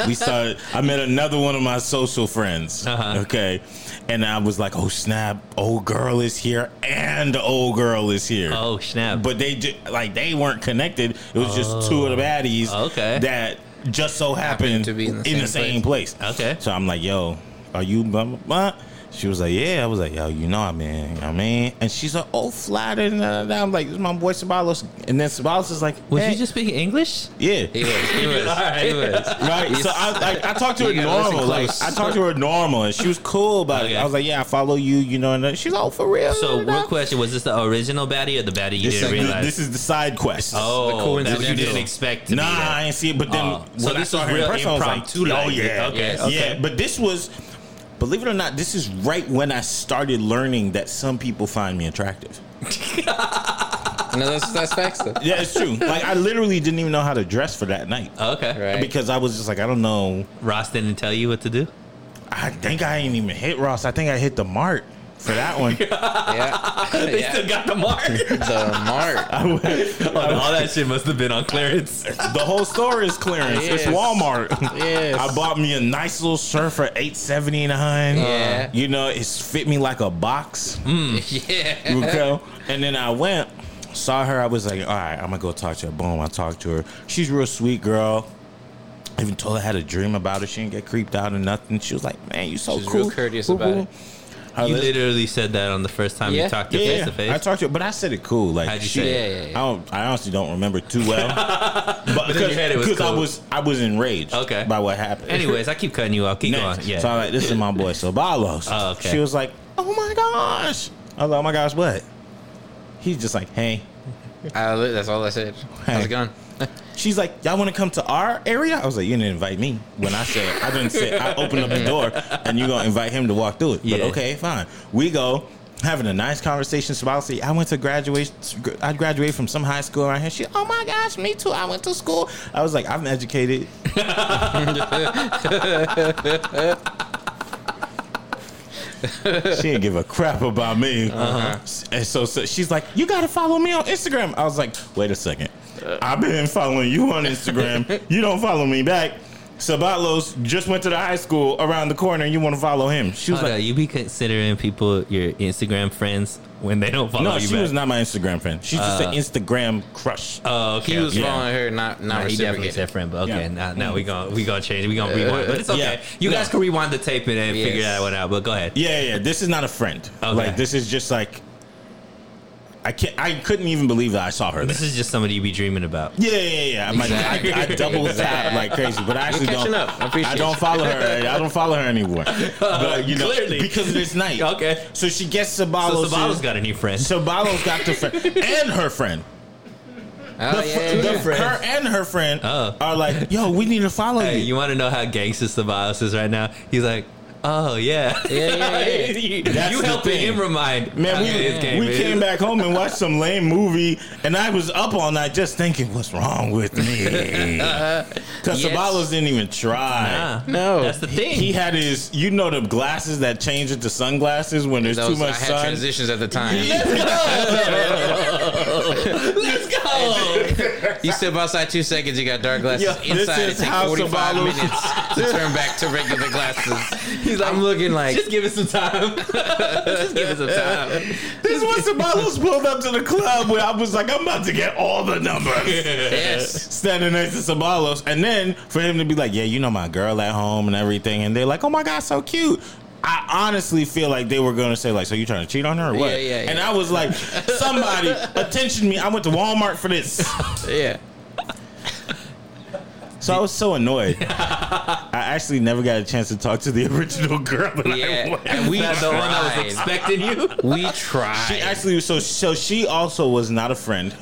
Speaker 1: We started, I met another one of my social friends.
Speaker 2: Uh-huh.
Speaker 1: Okay. And I was like, oh, snap, old girl is here and old girl is here.
Speaker 2: it. Oh, snap.
Speaker 1: But they ju- like they weren't connected. It was just two of the baddies
Speaker 2: Oh, Okay.
Speaker 1: that just so happened, to be in the, same, place.
Speaker 2: Okay.
Speaker 1: So I'm like, yo, are you blah, blah, blah? She was like, yeah. I was like, yo, you know I mean, I mean. And she's like, oh, flat. And da, da, da. I'm like, this is my boy Sabalos. And then Sabalos is like,
Speaker 2: was
Speaker 1: hey.
Speaker 2: you just speaking English?
Speaker 1: Yeah.
Speaker 4: He was. He was.
Speaker 2: right.
Speaker 4: He was.
Speaker 1: Right, so I like I talked to her
Speaker 4: You gotta listen
Speaker 1: normal, like
Speaker 4: close.
Speaker 1: I talked to her normal, and she was cool about it.
Speaker 2: Okay.
Speaker 1: I was like, "Yeah, I follow you," you know. And she's like, "Oh, for real?"
Speaker 2: So,
Speaker 1: Da, da,
Speaker 2: real
Speaker 1: da.
Speaker 2: question: Was this the original baddie or the baddie you
Speaker 1: This
Speaker 2: didn't
Speaker 1: is,
Speaker 2: realize?
Speaker 1: this is the side quest.
Speaker 2: oh,
Speaker 4: the coincidental.
Speaker 2: that you didn't expect to
Speaker 1: Nah,
Speaker 2: be there.
Speaker 1: I didn't see it. But then
Speaker 2: Oh. So
Speaker 1: when I
Speaker 2: this
Speaker 1: saw
Speaker 2: was
Speaker 1: her in
Speaker 2: real
Speaker 1: person, I was like,
Speaker 2: impromptu,
Speaker 1: "Oh
Speaker 2: like,
Speaker 1: yeah,
Speaker 2: okay,
Speaker 1: yeah."
Speaker 2: okay.
Speaker 1: But this was Believe it or not, this is right when I started learning that some people find me attractive.
Speaker 4: No, that's that's facts. Though.
Speaker 1: Yeah, it's true. like I literally didn't even know how to dress for that night
Speaker 2: Okay.
Speaker 4: Right.
Speaker 1: because I was just like, I don't know.
Speaker 2: Ross didn't tell you what to do.
Speaker 1: I think I ain't even hit Ross. I think I hit the mark for that one.
Speaker 4: Yeah. yeah.
Speaker 2: got the mark.
Speaker 4: The mark.
Speaker 2: all that shit must have been on clearance.
Speaker 1: The whole store is clearance. It's
Speaker 4: Yes.
Speaker 1: Walmart.
Speaker 4: Yes.
Speaker 1: I bought me a nice little shirt for eight seventy nine.
Speaker 4: Yeah.
Speaker 1: you know it's fit me like a box.
Speaker 4: yeah.
Speaker 1: Okay, and then I went, saw her. I was like, all right, I'm gonna go talk to her. Boom, I talked to her. She's a real sweet girl. I even told her I had a dream about her. She didn't get creeped out or nothing. She was like, man, you so
Speaker 4: She's
Speaker 1: cool.
Speaker 4: real courteous
Speaker 1: Cool,
Speaker 4: about
Speaker 1: cool.
Speaker 4: it.
Speaker 1: Her
Speaker 2: You
Speaker 1: lis-
Speaker 2: literally said that on the first time
Speaker 4: Yeah.
Speaker 2: you talked to
Speaker 1: yeah,
Speaker 2: face to
Speaker 1: I
Speaker 2: face.
Speaker 1: talked to her, but I said it cool. Like
Speaker 2: How'd you
Speaker 1: she,
Speaker 2: say
Speaker 4: it? Yeah, yeah, yeah.
Speaker 1: I don't. I honestly don't remember too well. but
Speaker 2: in your head it was
Speaker 1: because I
Speaker 2: cool.
Speaker 1: was I was enraged.
Speaker 2: Okay.
Speaker 1: by what happened.
Speaker 2: Anyways, I keep cutting you off. Keep
Speaker 1: Next.
Speaker 2: going. Yeah.
Speaker 1: So I'm like, this is my boy Sobalos.
Speaker 2: Oh, okay.
Speaker 1: She was like, oh my gosh. I was like, oh my gosh, what? He's just like, hey.
Speaker 4: I, li- that's all I said. How's it going?
Speaker 1: She's like, y'all want to come to our area? I was like, you didn't invite me. When I said, I didn't say, I opened up the door and you're going to invite him to walk through it.
Speaker 2: Yeah.
Speaker 1: But okay, fine. We go. Having a nice conversation. Sobalos, say, I went to graduation. I graduated from some high school around here. She, oh my gosh, me too. I went to school. I was like, I'm educated. she didn't give a crap about me.
Speaker 2: Uh-huh.
Speaker 1: And so, so she's like, "You got to follow me on Instagram." I was like, "Wait a second,
Speaker 2: Uh.
Speaker 1: I've been following you on Instagram. you don't follow me back." Sabalos just went to the high school around the corner, and you want to follow him? She was
Speaker 2: Hold
Speaker 1: like,
Speaker 2: on, you be considering people your Instagram friends when they don't follow
Speaker 1: "No,
Speaker 2: you
Speaker 1: she
Speaker 2: back. Uh.
Speaker 1: was not my Instagram friend. She's just an Instagram crush."
Speaker 2: Oh, okay.
Speaker 4: He was
Speaker 2: okay.
Speaker 4: following her, not not
Speaker 2: Nah, he definitely
Speaker 4: reciprocated.
Speaker 2: said friend, but okay.
Speaker 1: Yeah. Uh,
Speaker 2: Now, now we gonna we gonna change. it. We gonna rewind, but it's okay.
Speaker 1: Yeah.
Speaker 2: You
Speaker 1: No.
Speaker 2: guys can rewind the tape and then figure
Speaker 4: Yes.
Speaker 2: that one out. But go ahead.
Speaker 1: yeah, yeah. This is not a friend.
Speaker 2: Okay.
Speaker 1: Like this is just like I can't. I couldn't even believe that I saw her.
Speaker 2: This
Speaker 1: there.
Speaker 2: is just somebody you be dreaming about.
Speaker 1: Yeah, yeah, yeah. I'm like,
Speaker 4: Exactly.
Speaker 1: I, I double tap like crazy, but I actually
Speaker 4: catching
Speaker 1: don't.
Speaker 4: up. I appreciate
Speaker 1: don't
Speaker 4: you.
Speaker 1: follow her. I don't follow her anymore. But you know,
Speaker 2: Clearly.
Speaker 1: because of this night.
Speaker 2: Okay.
Speaker 1: So she gets
Speaker 2: So
Speaker 1: Sabalo.
Speaker 2: Sabalo's got a new friend.
Speaker 1: Sabalo's got the friend and her friend.
Speaker 4: Oh, yeah,
Speaker 1: The-
Speaker 4: yeah. Uh.
Speaker 1: Her and her friend
Speaker 2: Oh.
Speaker 1: are like, yo, we need to follow
Speaker 2: Hey,
Speaker 1: you.
Speaker 2: you want to know how gangster Sabalos is right now? He's like, oh yeah,
Speaker 4: Yeah, yeah, yeah.
Speaker 2: you
Speaker 1: That's
Speaker 2: you
Speaker 1: the
Speaker 2: helping
Speaker 1: thing.
Speaker 2: him remind
Speaker 1: Man,
Speaker 2: how good his
Speaker 1: we,
Speaker 2: game
Speaker 1: we
Speaker 2: is.
Speaker 1: came back home and watched some lame movie, and I was up all night just thinking, what's wrong with me? Because
Speaker 4: Yes.
Speaker 1: Sabalos didn't even try.
Speaker 2: Ah,
Speaker 4: No.
Speaker 2: that's the thing.
Speaker 1: He had his, you know, the glasses that change into sunglasses when there's
Speaker 4: Those,
Speaker 1: too much
Speaker 4: I had
Speaker 1: sun.
Speaker 4: transitions at the time.
Speaker 2: Let's go.
Speaker 4: You step outside two seconds, you got dark glasses.
Speaker 1: Yo, this
Speaker 4: Inside,
Speaker 1: is
Speaker 4: it takes
Speaker 1: how
Speaker 4: 45
Speaker 1: Sabalos-
Speaker 4: minutes to turn back to regular glasses.
Speaker 2: He's like,
Speaker 4: I'm looking like,
Speaker 2: just give it some time. just give it some time.
Speaker 1: This was the models pulled up to the club where I was like, I'm about to get all the numbers.
Speaker 4: yes.
Speaker 1: Standing next to Sabalos, and then for him to be like, "Yeah, you know my girl at home and everything," and they're like, "Oh my god, so cute." I honestly feel like they were gonna say like, "So you trying to cheat on her or what?"
Speaker 4: Yeah, yeah, yeah.
Speaker 1: And I was like, "Somebody attention me! I went to Walmart for this."
Speaker 4: Yeah.
Speaker 1: So I was so annoyed. I actually never got a chance to talk to the original girl. That I
Speaker 4: Yeah.
Speaker 1: went.
Speaker 4: And we
Speaker 2: That the one that was
Speaker 4: tried.
Speaker 2: expecting you.
Speaker 4: We tried.
Speaker 1: She actually was so so she also was not a friend.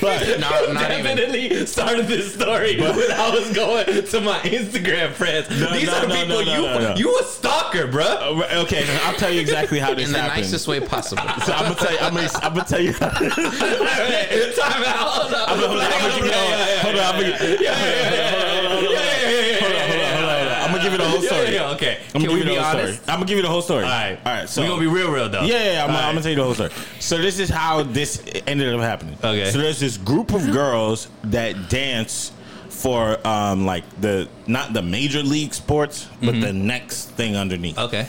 Speaker 1: but
Speaker 4: no, not even.
Speaker 2: definitely started this story when I was going to my Instagram friends.
Speaker 1: No,
Speaker 2: These
Speaker 1: no,
Speaker 2: are
Speaker 1: no,
Speaker 2: people
Speaker 1: no, no,
Speaker 2: you
Speaker 1: no, no.
Speaker 2: you a stalker, bruh.
Speaker 1: Uh, right, okay, I'll tell you exactly how this
Speaker 4: In the
Speaker 1: happened.
Speaker 4: nicest way possible.
Speaker 1: so I'm gonna tell you. I'm gonna, I'm gonna tell you. How, I'm gonna,
Speaker 2: Time out. Hold on.
Speaker 1: I'm gonna, I'm gonna give you the whole- Hold on. I'm gonna- Hold on. Hold on. Hold on. Hold on. I'm gonna give you the whole
Speaker 2: Yeah,
Speaker 1: story.
Speaker 2: yeah, okay.
Speaker 1: I'm
Speaker 2: Can
Speaker 1: gonna give
Speaker 2: we
Speaker 1: you
Speaker 2: be
Speaker 1: the whole
Speaker 2: honest?
Speaker 1: story. I'm gonna give you the whole story.
Speaker 2: All right.
Speaker 1: All right. So
Speaker 2: we're gonna be real, real though.
Speaker 1: Yeah, yeah, yeah, I'm,
Speaker 2: All
Speaker 1: I'm
Speaker 2: right.
Speaker 1: gonna tell you the whole story. So this is how this ended up happening.
Speaker 2: Okay.
Speaker 1: So there's this group of girls that dance for um like the not the major league sports, but
Speaker 2: Mm-hmm.
Speaker 1: the next thing underneath.
Speaker 2: Okay.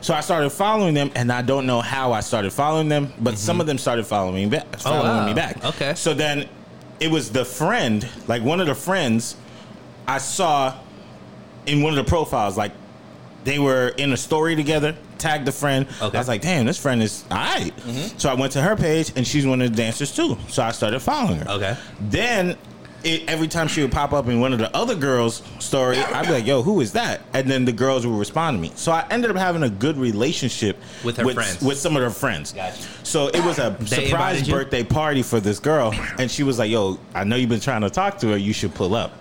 Speaker 1: So I started following them, and I don't know how I started following them, but some of them started following me back. Following
Speaker 2: Mm-hmm. Oh, wow.
Speaker 1: me back.
Speaker 2: Okay.
Speaker 1: So then, it was the friend, like one of the friends, I saw in one of the profiles, like they were in a story together. Tagged the friend.
Speaker 2: Okay. Mm-hmm.
Speaker 1: I was like, damn, this friend is all right. So I went to her page, and she's one of the dancers too. So I started following her.
Speaker 2: Okay.
Speaker 1: Then. It, every time she would pop up in one of the other girls' story, I'd be like, "Yo, who is that?" And then the girls would respond to me. So I ended up having a good relationship
Speaker 2: With her friends.
Speaker 1: with some of her friends.
Speaker 2: Gotcha.
Speaker 1: So it was a
Speaker 2: They
Speaker 1: surprise
Speaker 2: invited you?
Speaker 1: birthday party for this girl, and she was like, "Yo, I know you've been trying to talk to her. You should pull up."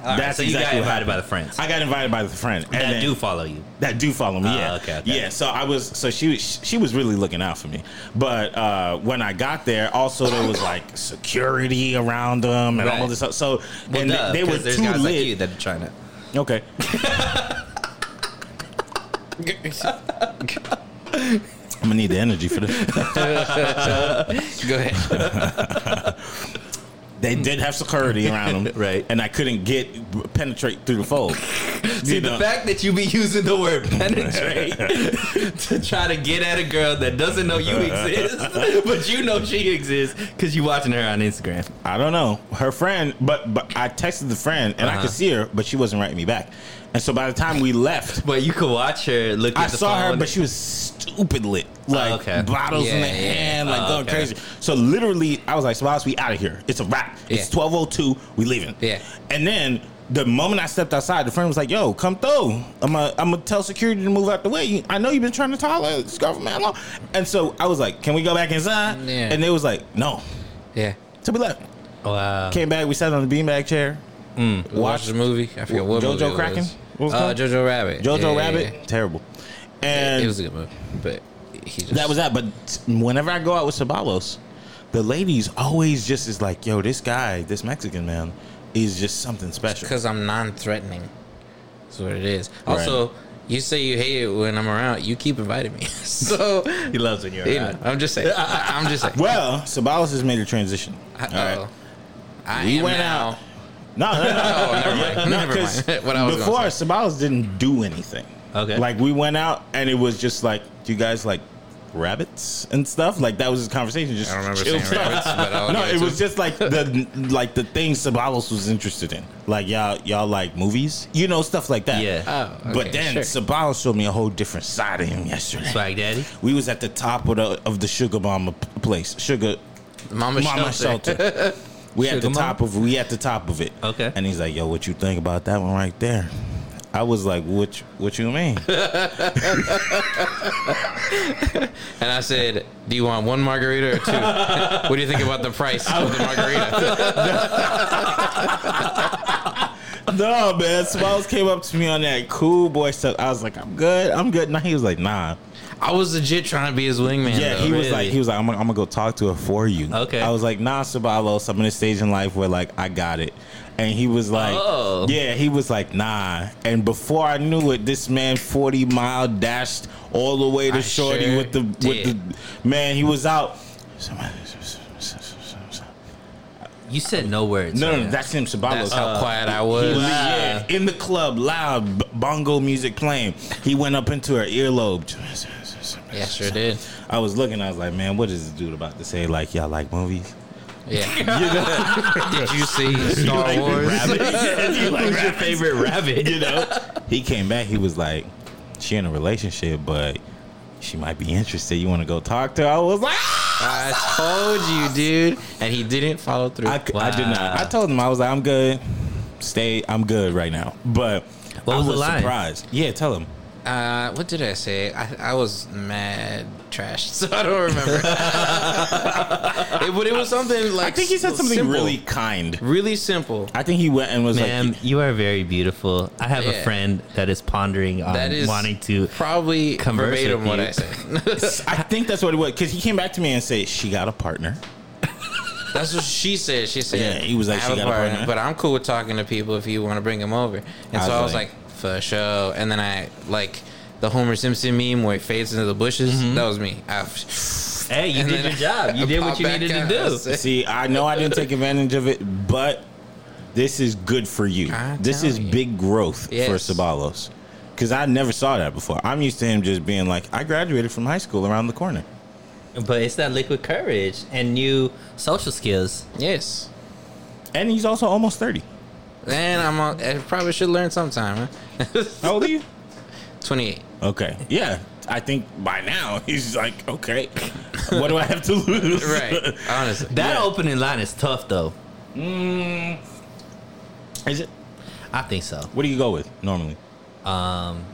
Speaker 2: All right,
Speaker 1: That's
Speaker 2: so you
Speaker 1: exactly
Speaker 2: got
Speaker 1: what
Speaker 2: invited by
Speaker 1: happened.
Speaker 2: the friends
Speaker 1: I got invited by the friend. and
Speaker 2: that
Speaker 1: then-
Speaker 2: do follow you.
Speaker 1: that do follow me.
Speaker 2: Ah,
Speaker 1: yeah.
Speaker 2: okay, okay.
Speaker 1: Yeah. So I was. So she was. She was really looking out for me. But uh, when I got there, also there was like security around them and all
Speaker 2: Right.
Speaker 1: this. Stuff. So
Speaker 2: Well,
Speaker 1: and
Speaker 2: duh,
Speaker 1: they, they were
Speaker 2: 'cause there's
Speaker 1: too
Speaker 2: guys like you
Speaker 1: lit.
Speaker 2: that are trying to.
Speaker 1: okay. I'm gonna need the energy for this.
Speaker 4: Go ahead.
Speaker 1: They did have security around them,
Speaker 2: Right.
Speaker 1: And I couldn't get penetrate through the fold.
Speaker 2: See
Speaker 1: You
Speaker 2: the
Speaker 1: know?
Speaker 2: fact that you be using the word penetrate to try to get at a girl that doesn't know you exist, but you know she exists because you watching her on Instagram.
Speaker 1: I don't know her friend, but but I texted the friend and I
Speaker 2: Uh-huh.
Speaker 1: could see her, but she wasn't writing me back. And so by the time we left,
Speaker 2: But you could watch her look. At
Speaker 1: I
Speaker 2: the
Speaker 1: saw her,
Speaker 2: phone.
Speaker 1: but she was stupid lit, like
Speaker 2: okay.
Speaker 1: bottles in
Speaker 4: Yeah,
Speaker 1: the
Speaker 4: yeah.
Speaker 1: hand, like
Speaker 2: Oh,
Speaker 1: going
Speaker 2: okay.
Speaker 1: crazy. So literally, I was like, "Smiles, we out of here. It's a wrap. It's
Speaker 4: Yeah.
Speaker 1: twelve oh two. We leaving."
Speaker 4: Yeah.
Speaker 1: And then the moment I stepped outside, the friend was like, "Yo, come through. I'm gonna I'm gonna tell security to move out the way. You- I know you've been trying to tolerate this girl for man long." And so I was like, "Can we go back inside?"
Speaker 4: Yeah.
Speaker 1: And they was like, "No."
Speaker 4: Yeah.
Speaker 1: So we left.
Speaker 2: wow.
Speaker 1: Came back. We sat on the beanbag chair.
Speaker 4: uh, Watch, the movie. I forget what
Speaker 1: Jojo
Speaker 4: movie it
Speaker 1: Kraken?
Speaker 4: was.
Speaker 1: What was it
Speaker 4: uh,
Speaker 1: called?
Speaker 4: Jojo Rabbit.
Speaker 1: Jojo
Speaker 4: Yeah, yeah,
Speaker 1: Rabbit. Terrible.
Speaker 4: yeah.
Speaker 1: And
Speaker 4: It was a good movie, but he just,
Speaker 1: that was that. But whenever I go out with Sabalos, the ladies always just is like, "Yo, this guy, this Mexican man, is just something special."
Speaker 4: because I'm non-threatening. That's what it is. Also, you say you hate it when I'm around. You keep inviting me, so
Speaker 2: He loves when you're
Speaker 4: you
Speaker 2: around.
Speaker 4: know, I'm just saying. I'm just saying.
Speaker 1: Well, Sabalos has made a transition.
Speaker 4: I,
Speaker 1: All right.
Speaker 4: uh-oh. I
Speaker 1: We
Speaker 4: am
Speaker 1: went
Speaker 4: now-
Speaker 1: out. No, no, no, no.
Speaker 4: Oh, never mind.
Speaker 1: No,
Speaker 4: Never
Speaker 1: 'cause
Speaker 4: mind. What I was
Speaker 1: before
Speaker 4: gonna
Speaker 1: Sabalos didn't do anything.
Speaker 2: Okay.
Speaker 1: Like we went out and it was just like, do you guys like rabbits and stuff? Like that was his conversation. Just
Speaker 4: I don't remember
Speaker 1: chill
Speaker 4: saying
Speaker 1: stuff.
Speaker 4: rabbits, but I'll
Speaker 1: no,
Speaker 4: give it
Speaker 1: it
Speaker 4: to
Speaker 1: was
Speaker 4: him.
Speaker 1: just like the like the things Sabalos was interested in. Like y'all y'all like movies, you know stuff like that.
Speaker 2: Yeah.
Speaker 4: Oh,
Speaker 1: but
Speaker 4: okay,
Speaker 1: then
Speaker 4: sure.
Speaker 1: Sabalos showed me a whole different side of him yesterday.
Speaker 2: Swag daddy.
Speaker 1: We was at the top of the of the Sugar Mama p- place, Sugar
Speaker 4: Mama,
Speaker 1: Mama Shelter. We at the
Speaker 2: Sugar Mama?
Speaker 1: top of we at the top of it.
Speaker 2: Okay.
Speaker 1: And he's like, "Yo, what you think about that one right there?" I was like, "What? you- What you mean?"
Speaker 4: And I said, "Do you want one margarita or two? what do you think about the price of the margarita?"
Speaker 1: no, man. Smiles came up to me on that cool boy stuff. I was like, "I'm good. I'm good." Now he was like, "Nah."
Speaker 4: I was legit trying to be his wingman.
Speaker 1: Yeah,
Speaker 4: though.
Speaker 1: he was
Speaker 2: really?
Speaker 1: like, he was like, I'm, gonna- I'm gonna go talk to her for you.
Speaker 2: Okay.
Speaker 1: I was like, nah, Sabalos, I'm in a stage in life where like I got it. And he was like,
Speaker 2: Oh.
Speaker 1: yeah, he was like, nah. And before I knew it, this man 40 mile dashed all the way to
Speaker 4: I
Speaker 1: Shorty
Speaker 4: sure
Speaker 1: with the
Speaker 4: did.
Speaker 1: with the man. He was out.
Speaker 2: You said no words.
Speaker 1: No,
Speaker 2: right
Speaker 1: no,
Speaker 2: now.
Speaker 1: that's him, Sabalos.
Speaker 4: That's uh, how quiet I
Speaker 1: He
Speaker 4: was.
Speaker 1: was yeah, in the club, loud b- bongo music playing. He went up into her earlobe.
Speaker 4: Yeah, sure did.
Speaker 1: I was looking. I was like, man, what is this dude about to say? Like, y'all like movies?
Speaker 4: Yeah. did you see Star
Speaker 1: like
Speaker 4: Wars?
Speaker 1: Who's your favorite
Speaker 2: rabbit?
Speaker 1: You know, he came back. He was like, "She in a relationship, but she might be interested. You want to go talk to her?" I was like, "Ah!"
Speaker 4: I told you, dude. And he didn't follow through.
Speaker 1: I, c- I did not. I told him I was like, "I'm good. Stay. I'm good right now." But
Speaker 2: What
Speaker 1: I
Speaker 2: was
Speaker 1: was,
Speaker 2: the line?
Speaker 1: surprised. Yeah, tell him.
Speaker 4: Uh, what did I say? I, I was mad trash, so I don't remember. It- but it was something like
Speaker 1: I think he said something
Speaker 4: simple.
Speaker 1: really kind.
Speaker 4: really simple.
Speaker 1: I think he went and was
Speaker 2: Ma'am,
Speaker 1: like,
Speaker 2: you are very beautiful. I have a
Speaker 4: Yeah.
Speaker 2: friend that is pondering on
Speaker 4: That is
Speaker 2: wanting to.
Speaker 4: probably
Speaker 2: converse with
Speaker 4: verbatim what
Speaker 2: you.
Speaker 4: I said.
Speaker 1: "I think that's what it was." Because he came back to me and said, "She got a partner."
Speaker 4: That's what she said. She said,
Speaker 1: Yeah, he was like,
Speaker 4: "I
Speaker 1: she
Speaker 4: have
Speaker 1: got a partner.
Speaker 4: but I'm cool with talking to people if you want to bring them over." And
Speaker 1: I
Speaker 4: so I
Speaker 1: was
Speaker 4: was
Speaker 1: like-
Speaker 4: like, "For sure." And then I like the Homer Simpson meme where he fades into the bushes.
Speaker 1: Mm-hmm.
Speaker 4: That was me. I,
Speaker 2: Hey, you
Speaker 4: And
Speaker 2: did
Speaker 4: then
Speaker 2: your job. You
Speaker 4: I
Speaker 2: did what
Speaker 4: popped
Speaker 2: you
Speaker 4: back
Speaker 2: needed to
Speaker 4: out. I
Speaker 2: do.
Speaker 4: said-
Speaker 1: See, I know I didn't take advantage of it, but this is good for you.
Speaker 4: I
Speaker 1: this
Speaker 4: tell
Speaker 1: is
Speaker 4: you.
Speaker 1: big growth for
Speaker 4: Yes.
Speaker 1: Sabalos. Because I never saw that before. I'm used to him just being like, I graduated from high school around the corner.
Speaker 2: But it's that liquid courage and new social skills.
Speaker 4: yes.
Speaker 1: And he's also almost 30.
Speaker 4: And I'm. on- I probably should learn sometime. Huh?
Speaker 1: How old are you?
Speaker 4: Twenty-eight.
Speaker 1: Okay. Yeah. I think by now he's like, okay, what do I have to lose?
Speaker 4: Right. Honestly.
Speaker 2: That
Speaker 1: Yeah. Mm.
Speaker 2: opening line is tough, though.
Speaker 1: Is it?
Speaker 2: I think so.
Speaker 1: What do you go with normally?
Speaker 2: Um,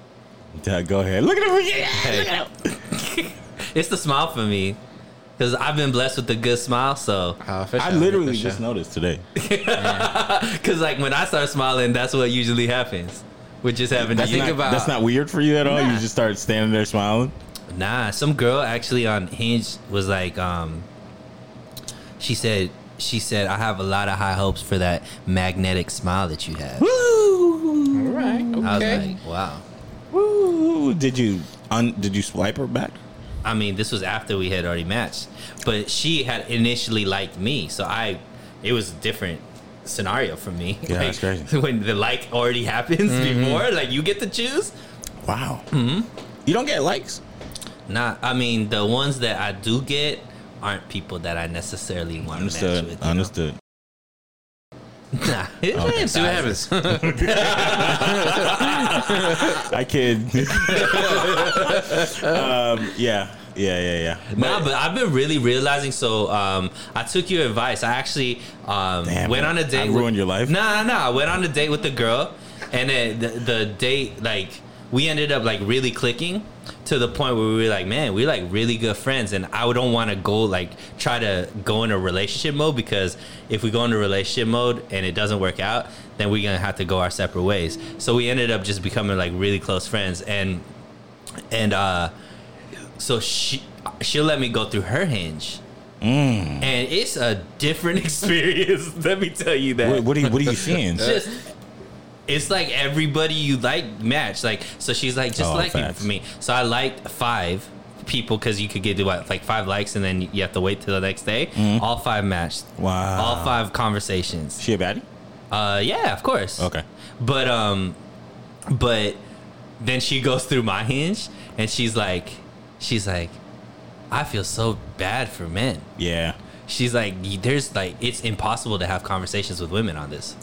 Speaker 1: Yeah, Go ahead. Look at him. Yeah, look at him.
Speaker 2: it's the smile for me. because I've been blessed with a good smile. So,
Speaker 4: Oh, fish
Speaker 1: I
Speaker 4: out,
Speaker 1: literally
Speaker 4: fish
Speaker 1: just
Speaker 4: out.
Speaker 1: noticed today.
Speaker 2: because like when I start smiling, that's what usually happens. What just happened to
Speaker 1: That's
Speaker 2: you?
Speaker 1: not,
Speaker 4: about-
Speaker 1: that's not weird for you at all. You just start standing there smiling.
Speaker 2: Nah, some girl actually on Hinge was like, um, she said, she said, I have a lot of high hopes for that magnetic smile that you have.
Speaker 4: All right. Okay.
Speaker 2: I was like, wow.
Speaker 1: Woo! Did you un, did you swipe her back?
Speaker 2: I mean, this was after we had already matched, but she had initially liked me, so I, it was a different scenario for me.
Speaker 1: Yeah,
Speaker 2: Like,
Speaker 1: that's crazy.
Speaker 2: When the like already happens
Speaker 4: Mm-hmm.
Speaker 2: before, like you get to choose.
Speaker 1: Wow. You don't get likes.
Speaker 2: Nah, I mean the ones that I do get aren't people that I necessarily want to match
Speaker 1: Understood. Uh,
Speaker 2: with. you know?
Speaker 1: Understood.
Speaker 2: Nah, it
Speaker 4: See what happens.
Speaker 1: I kid. um, yeah. Yeah. Yeah. Yeah.
Speaker 2: Nah, but I've been really realizing. So um, I took your advice. I actually um,
Speaker 1: Damn,
Speaker 2: went
Speaker 1: I-
Speaker 2: on a date.
Speaker 1: I ruined your life.
Speaker 2: Nah, nah, nah. I went on a date with the girl, and then the, the date like we ended up like really clicking to the point where we were like, man, we're like really good friends, and I don't want to go like try to go into relationship mode because if we go into relationship mode and it doesn't work out, then we're gonna have to go our separate ways. So we ended up just becoming like really close friends, and and uh so she she'll let me go through her hinge
Speaker 1: Mm.
Speaker 2: and it's a different experience let me tell you that
Speaker 1: What, what are you What are you seeing?
Speaker 2: just it's like everybody you like match like so she's like just
Speaker 1: Oh,
Speaker 2: like liking
Speaker 1: facts.
Speaker 2: for me so i liked five people because you could get to what like five likes and then you have to wait till the next day all five matched
Speaker 1: Mm-hmm. Wow.
Speaker 2: all five conversations
Speaker 1: She a baddie?
Speaker 2: uh yeah of course
Speaker 1: Okay.
Speaker 2: but um, but then she goes through my hinge and she's like, she's like, I feel so bad for men.
Speaker 1: Yeah.
Speaker 2: She's like, "Y- there's like, it's impossible to have conversations with women on this.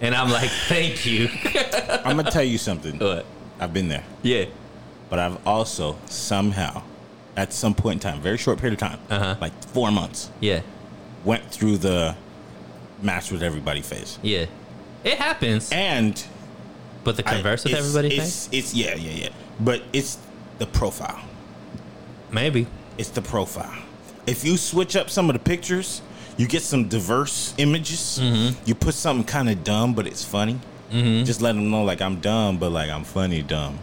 Speaker 2: And I'm like, thank you.
Speaker 1: I'm gonna tell you something.
Speaker 2: But,
Speaker 1: I've been there,
Speaker 2: yeah.
Speaker 1: but I've also somehow, at some point in time, very short period of time,
Speaker 2: Uh-huh.
Speaker 1: like four months,
Speaker 2: Yeah.
Speaker 1: went through the match with everybody phase.
Speaker 2: Yeah. It happens.
Speaker 1: And
Speaker 2: but the
Speaker 1: I-
Speaker 2: converse with
Speaker 1: it's-
Speaker 2: everybody thing?
Speaker 1: It's, it's yeah, yeah, yeah. But it's the profile.
Speaker 2: Maybe.
Speaker 1: It's the profile. If you switch up some of the pictures, you get some diverse images.
Speaker 2: Mm-hmm.
Speaker 1: You put something kind of dumb, but it's funny. Just let them know like I'm dumb, but like I'm funny dumb.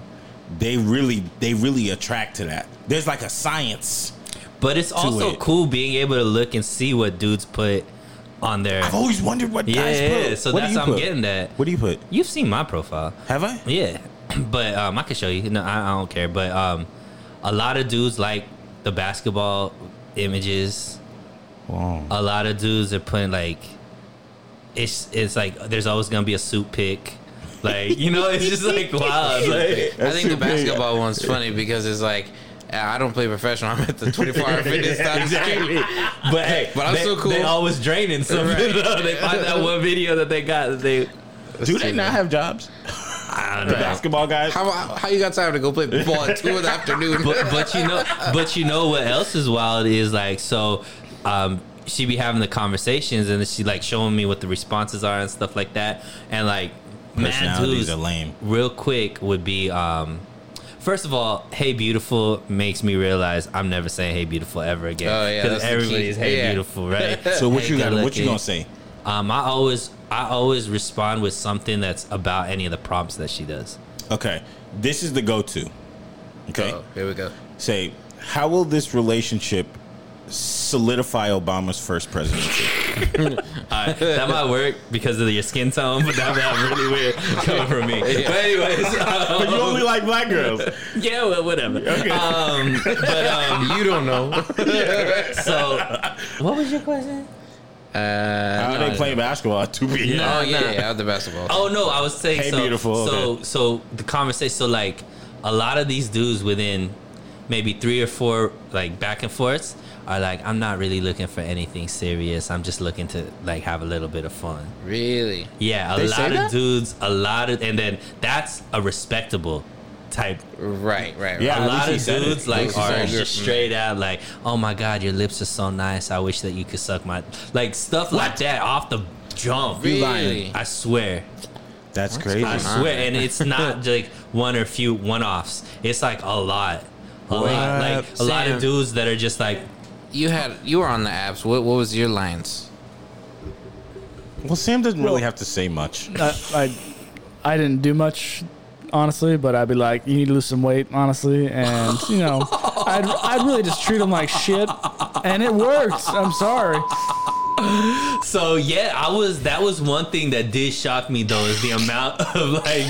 Speaker 1: They really, they really attract to that. There's like a science.
Speaker 2: But it's also
Speaker 1: it.
Speaker 2: cool being able to look and see what dudes put on their.
Speaker 1: I've always wondered what
Speaker 2: Yeah,
Speaker 1: guys
Speaker 2: yeah,
Speaker 1: put.
Speaker 2: so
Speaker 1: What do
Speaker 2: that's
Speaker 1: you
Speaker 2: how I'm
Speaker 1: put?
Speaker 2: getting that.
Speaker 1: What do you put?
Speaker 2: You've seen my profile.
Speaker 1: Have I?
Speaker 2: Yeah, but um, I can show you. No, I, I don't care. But um, a lot of dudes like the basketball images. A lot of dudes are putting like, it's it's like there's always gonna be a suit pick, like you know it's just like wild. Like,
Speaker 4: I think the basketball one's funny because it's like I don't play professional. I'm at the 24 hour fitness down the street.
Speaker 2: but hey,
Speaker 4: But I'm
Speaker 2: they,
Speaker 4: so cool.
Speaker 2: They always draining something. though. They find that one video that they got. That they
Speaker 1: Do they not have jobs?
Speaker 2: I don't know.
Speaker 1: Basketball guys.
Speaker 4: How, how you got time to go play ball at two in the afternoon?
Speaker 2: but, but you know, but you know what else is wild is like so. Um, she be having the conversations and then she like showing me what the responses are and stuff like that. And like, man,
Speaker 1: Personalities
Speaker 2: dudes,
Speaker 1: are lame.
Speaker 2: Real quick would be um, first of all, hey beautiful makes me realize I'm never saying hey beautiful ever again.
Speaker 4: Oh, yeah, that's the key.
Speaker 2: everybody's hey
Speaker 4: Yeah.
Speaker 2: beautiful, right?
Speaker 1: So what
Speaker 2: Hey,
Speaker 1: you got?
Speaker 2: good
Speaker 1: What you
Speaker 2: looking.
Speaker 1: gonna say?
Speaker 2: Um, I always I always respond with something that's about any of the prompts that she does.
Speaker 1: Okay, this is the go-to. Okay,
Speaker 4: Oh, here we go.
Speaker 1: say, how will this relationship solidify Obama's first presidency?
Speaker 2: Alright, that might work because of your skin tone, but that might really weird coming from me. But anyways, um,
Speaker 1: you only like black girls.
Speaker 2: yeah, well, whatever. Um, but um,
Speaker 4: You don't know.
Speaker 2: so, what was your question?
Speaker 1: How are they playing basketball at 2 p.m.?
Speaker 4: Uh, oh yeah, yeah, the basketball.
Speaker 2: Oh no, I was saying.
Speaker 1: Hey,
Speaker 2: so,
Speaker 1: beautiful,
Speaker 2: So,
Speaker 1: okay.
Speaker 2: so the conversation. So, like, a lot of these dudes within maybe three or four like back and forths are like, I'm not really looking for anything serious. I'm just looking to like have a little bit of fun.
Speaker 4: Really?
Speaker 2: Yeah, a
Speaker 4: They say
Speaker 2: lot of
Speaker 4: that?
Speaker 2: dudes, a lot of, and then that's a respectable type.
Speaker 4: Right, right. right.
Speaker 1: Yeah.
Speaker 2: A
Speaker 1: At
Speaker 2: lot of
Speaker 1: least he said it. Mm.
Speaker 2: dudes
Speaker 1: At
Speaker 2: like
Speaker 4: least he
Speaker 2: are
Speaker 4: said it.
Speaker 2: just straight out like, "Oh my god, your lips are so nice. I wish that you could suck my like stuff like that off the jump."
Speaker 4: You lying.
Speaker 2: I swear,
Speaker 1: That's crazy.
Speaker 2: I
Speaker 4: going on?
Speaker 2: swear, and it's not like one or few one offs. It's like a lot. A lot, like a lot
Speaker 4: Sam.
Speaker 2: of dudes that are just like,
Speaker 4: You had you were on the apps. What what was your lines?
Speaker 1: Well, Sam doesn't really have to say much.
Speaker 3: I, Uh, I, I didn't do much, honestly. But I'd be like, you need to lose some weight, honestly, and you know, I'd, I'd really just treat them like shit, and it worked. I'm sorry.
Speaker 2: so yeah, I was. That was one thing that did shock me though is the amount of like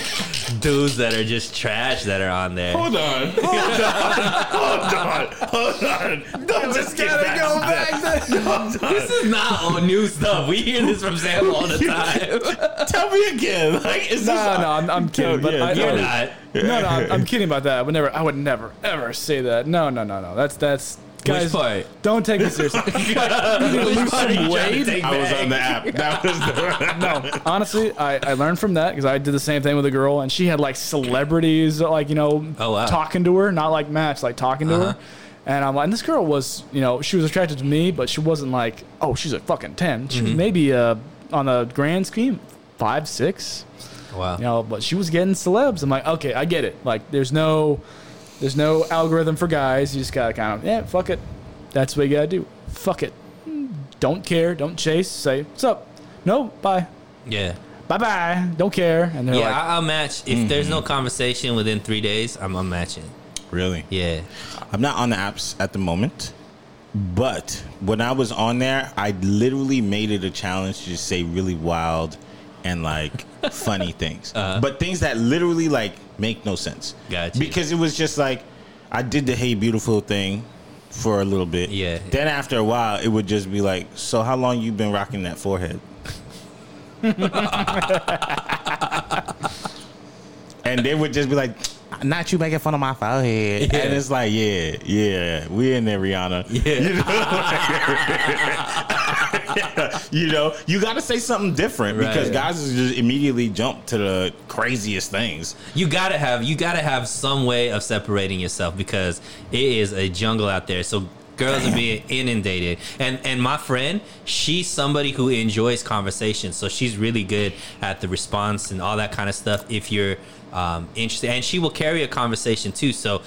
Speaker 2: dudes that are just trash that are on there.
Speaker 1: Hold on. Hold on. Hold on. Hold on. Don't just get back to that. Hold on.
Speaker 2: This is not all new stuff. We hear this from Sam all the time.
Speaker 1: Tell me again. Like, is
Speaker 3: No,
Speaker 1: this
Speaker 3: no, I'm, I'm kidding. but
Speaker 1: yeah,
Speaker 3: I,
Speaker 1: you're
Speaker 3: I-
Speaker 2: You're not.
Speaker 3: No, no, I'm, I'm kidding about that. I would never, I would never, ever say that. No, no, no, no. That's that's guys.
Speaker 2: part?
Speaker 3: Don't take me seriously.
Speaker 2: uh, Which part are you trying to
Speaker 3: Wade?
Speaker 2: take
Speaker 1: I was
Speaker 2: back?
Speaker 1: on the app. That was the
Speaker 3: no, honestly, I, I learned from that because I did the same thing with a girl, and she had like celebrities, like you know,
Speaker 2: Oh, wow.
Speaker 3: talking to her, not like Match, like talking to
Speaker 2: Uh-huh.
Speaker 3: her. And I'm like, and this girl was, you know, she was attracted to me, but she wasn't like, oh, she's a fucking ten.
Speaker 2: Mm-hmm.
Speaker 3: She was maybe uh, on the grand scheme, five, six.
Speaker 2: Wow.
Speaker 3: you know, but she was getting celebs. I'm like, okay, I get it. Like, there's no, there's no algorithm for guys. You just gotta kind of, yeah, fuck it. That's what you gotta do. Fuck it. Don't care. Don't chase. Say what's up. No, bye,
Speaker 2: Yeah.
Speaker 3: bye, bye. Don't care. And they're
Speaker 2: Yeah,
Speaker 3: like, mm-hmm.
Speaker 2: I, I'll match. If there's no conversation within three days, I'm unmatching.
Speaker 1: Really?
Speaker 2: Yeah.
Speaker 1: I'm not on the apps at the moment, but when I was on there, I literally made it a challenge to just say really wild and like funny things, but things that literally like make no sense.
Speaker 2: Gotcha.
Speaker 1: Because it was just like I did the hey beautiful thing for a little bit.
Speaker 2: Yeah.
Speaker 1: Then after a while, it would just be like, so how long you been rocking that forehead? and they would just be like, "Not you making fun of my forehead," and it's like, "Yeah, yeah, we in there, Rihanna." You know, you know, you got to say something different
Speaker 2: Right.
Speaker 1: because guys is just immediately jump to the craziest things.
Speaker 2: You gotta have you gotta have some way of separating yourself because it is a jungle out there. So girls are being inundated. And and my friend, she's somebody who enjoys conversation. So she's really good at the response and all that kind of stuff if you're um, interested. And she will carry a conversation too. So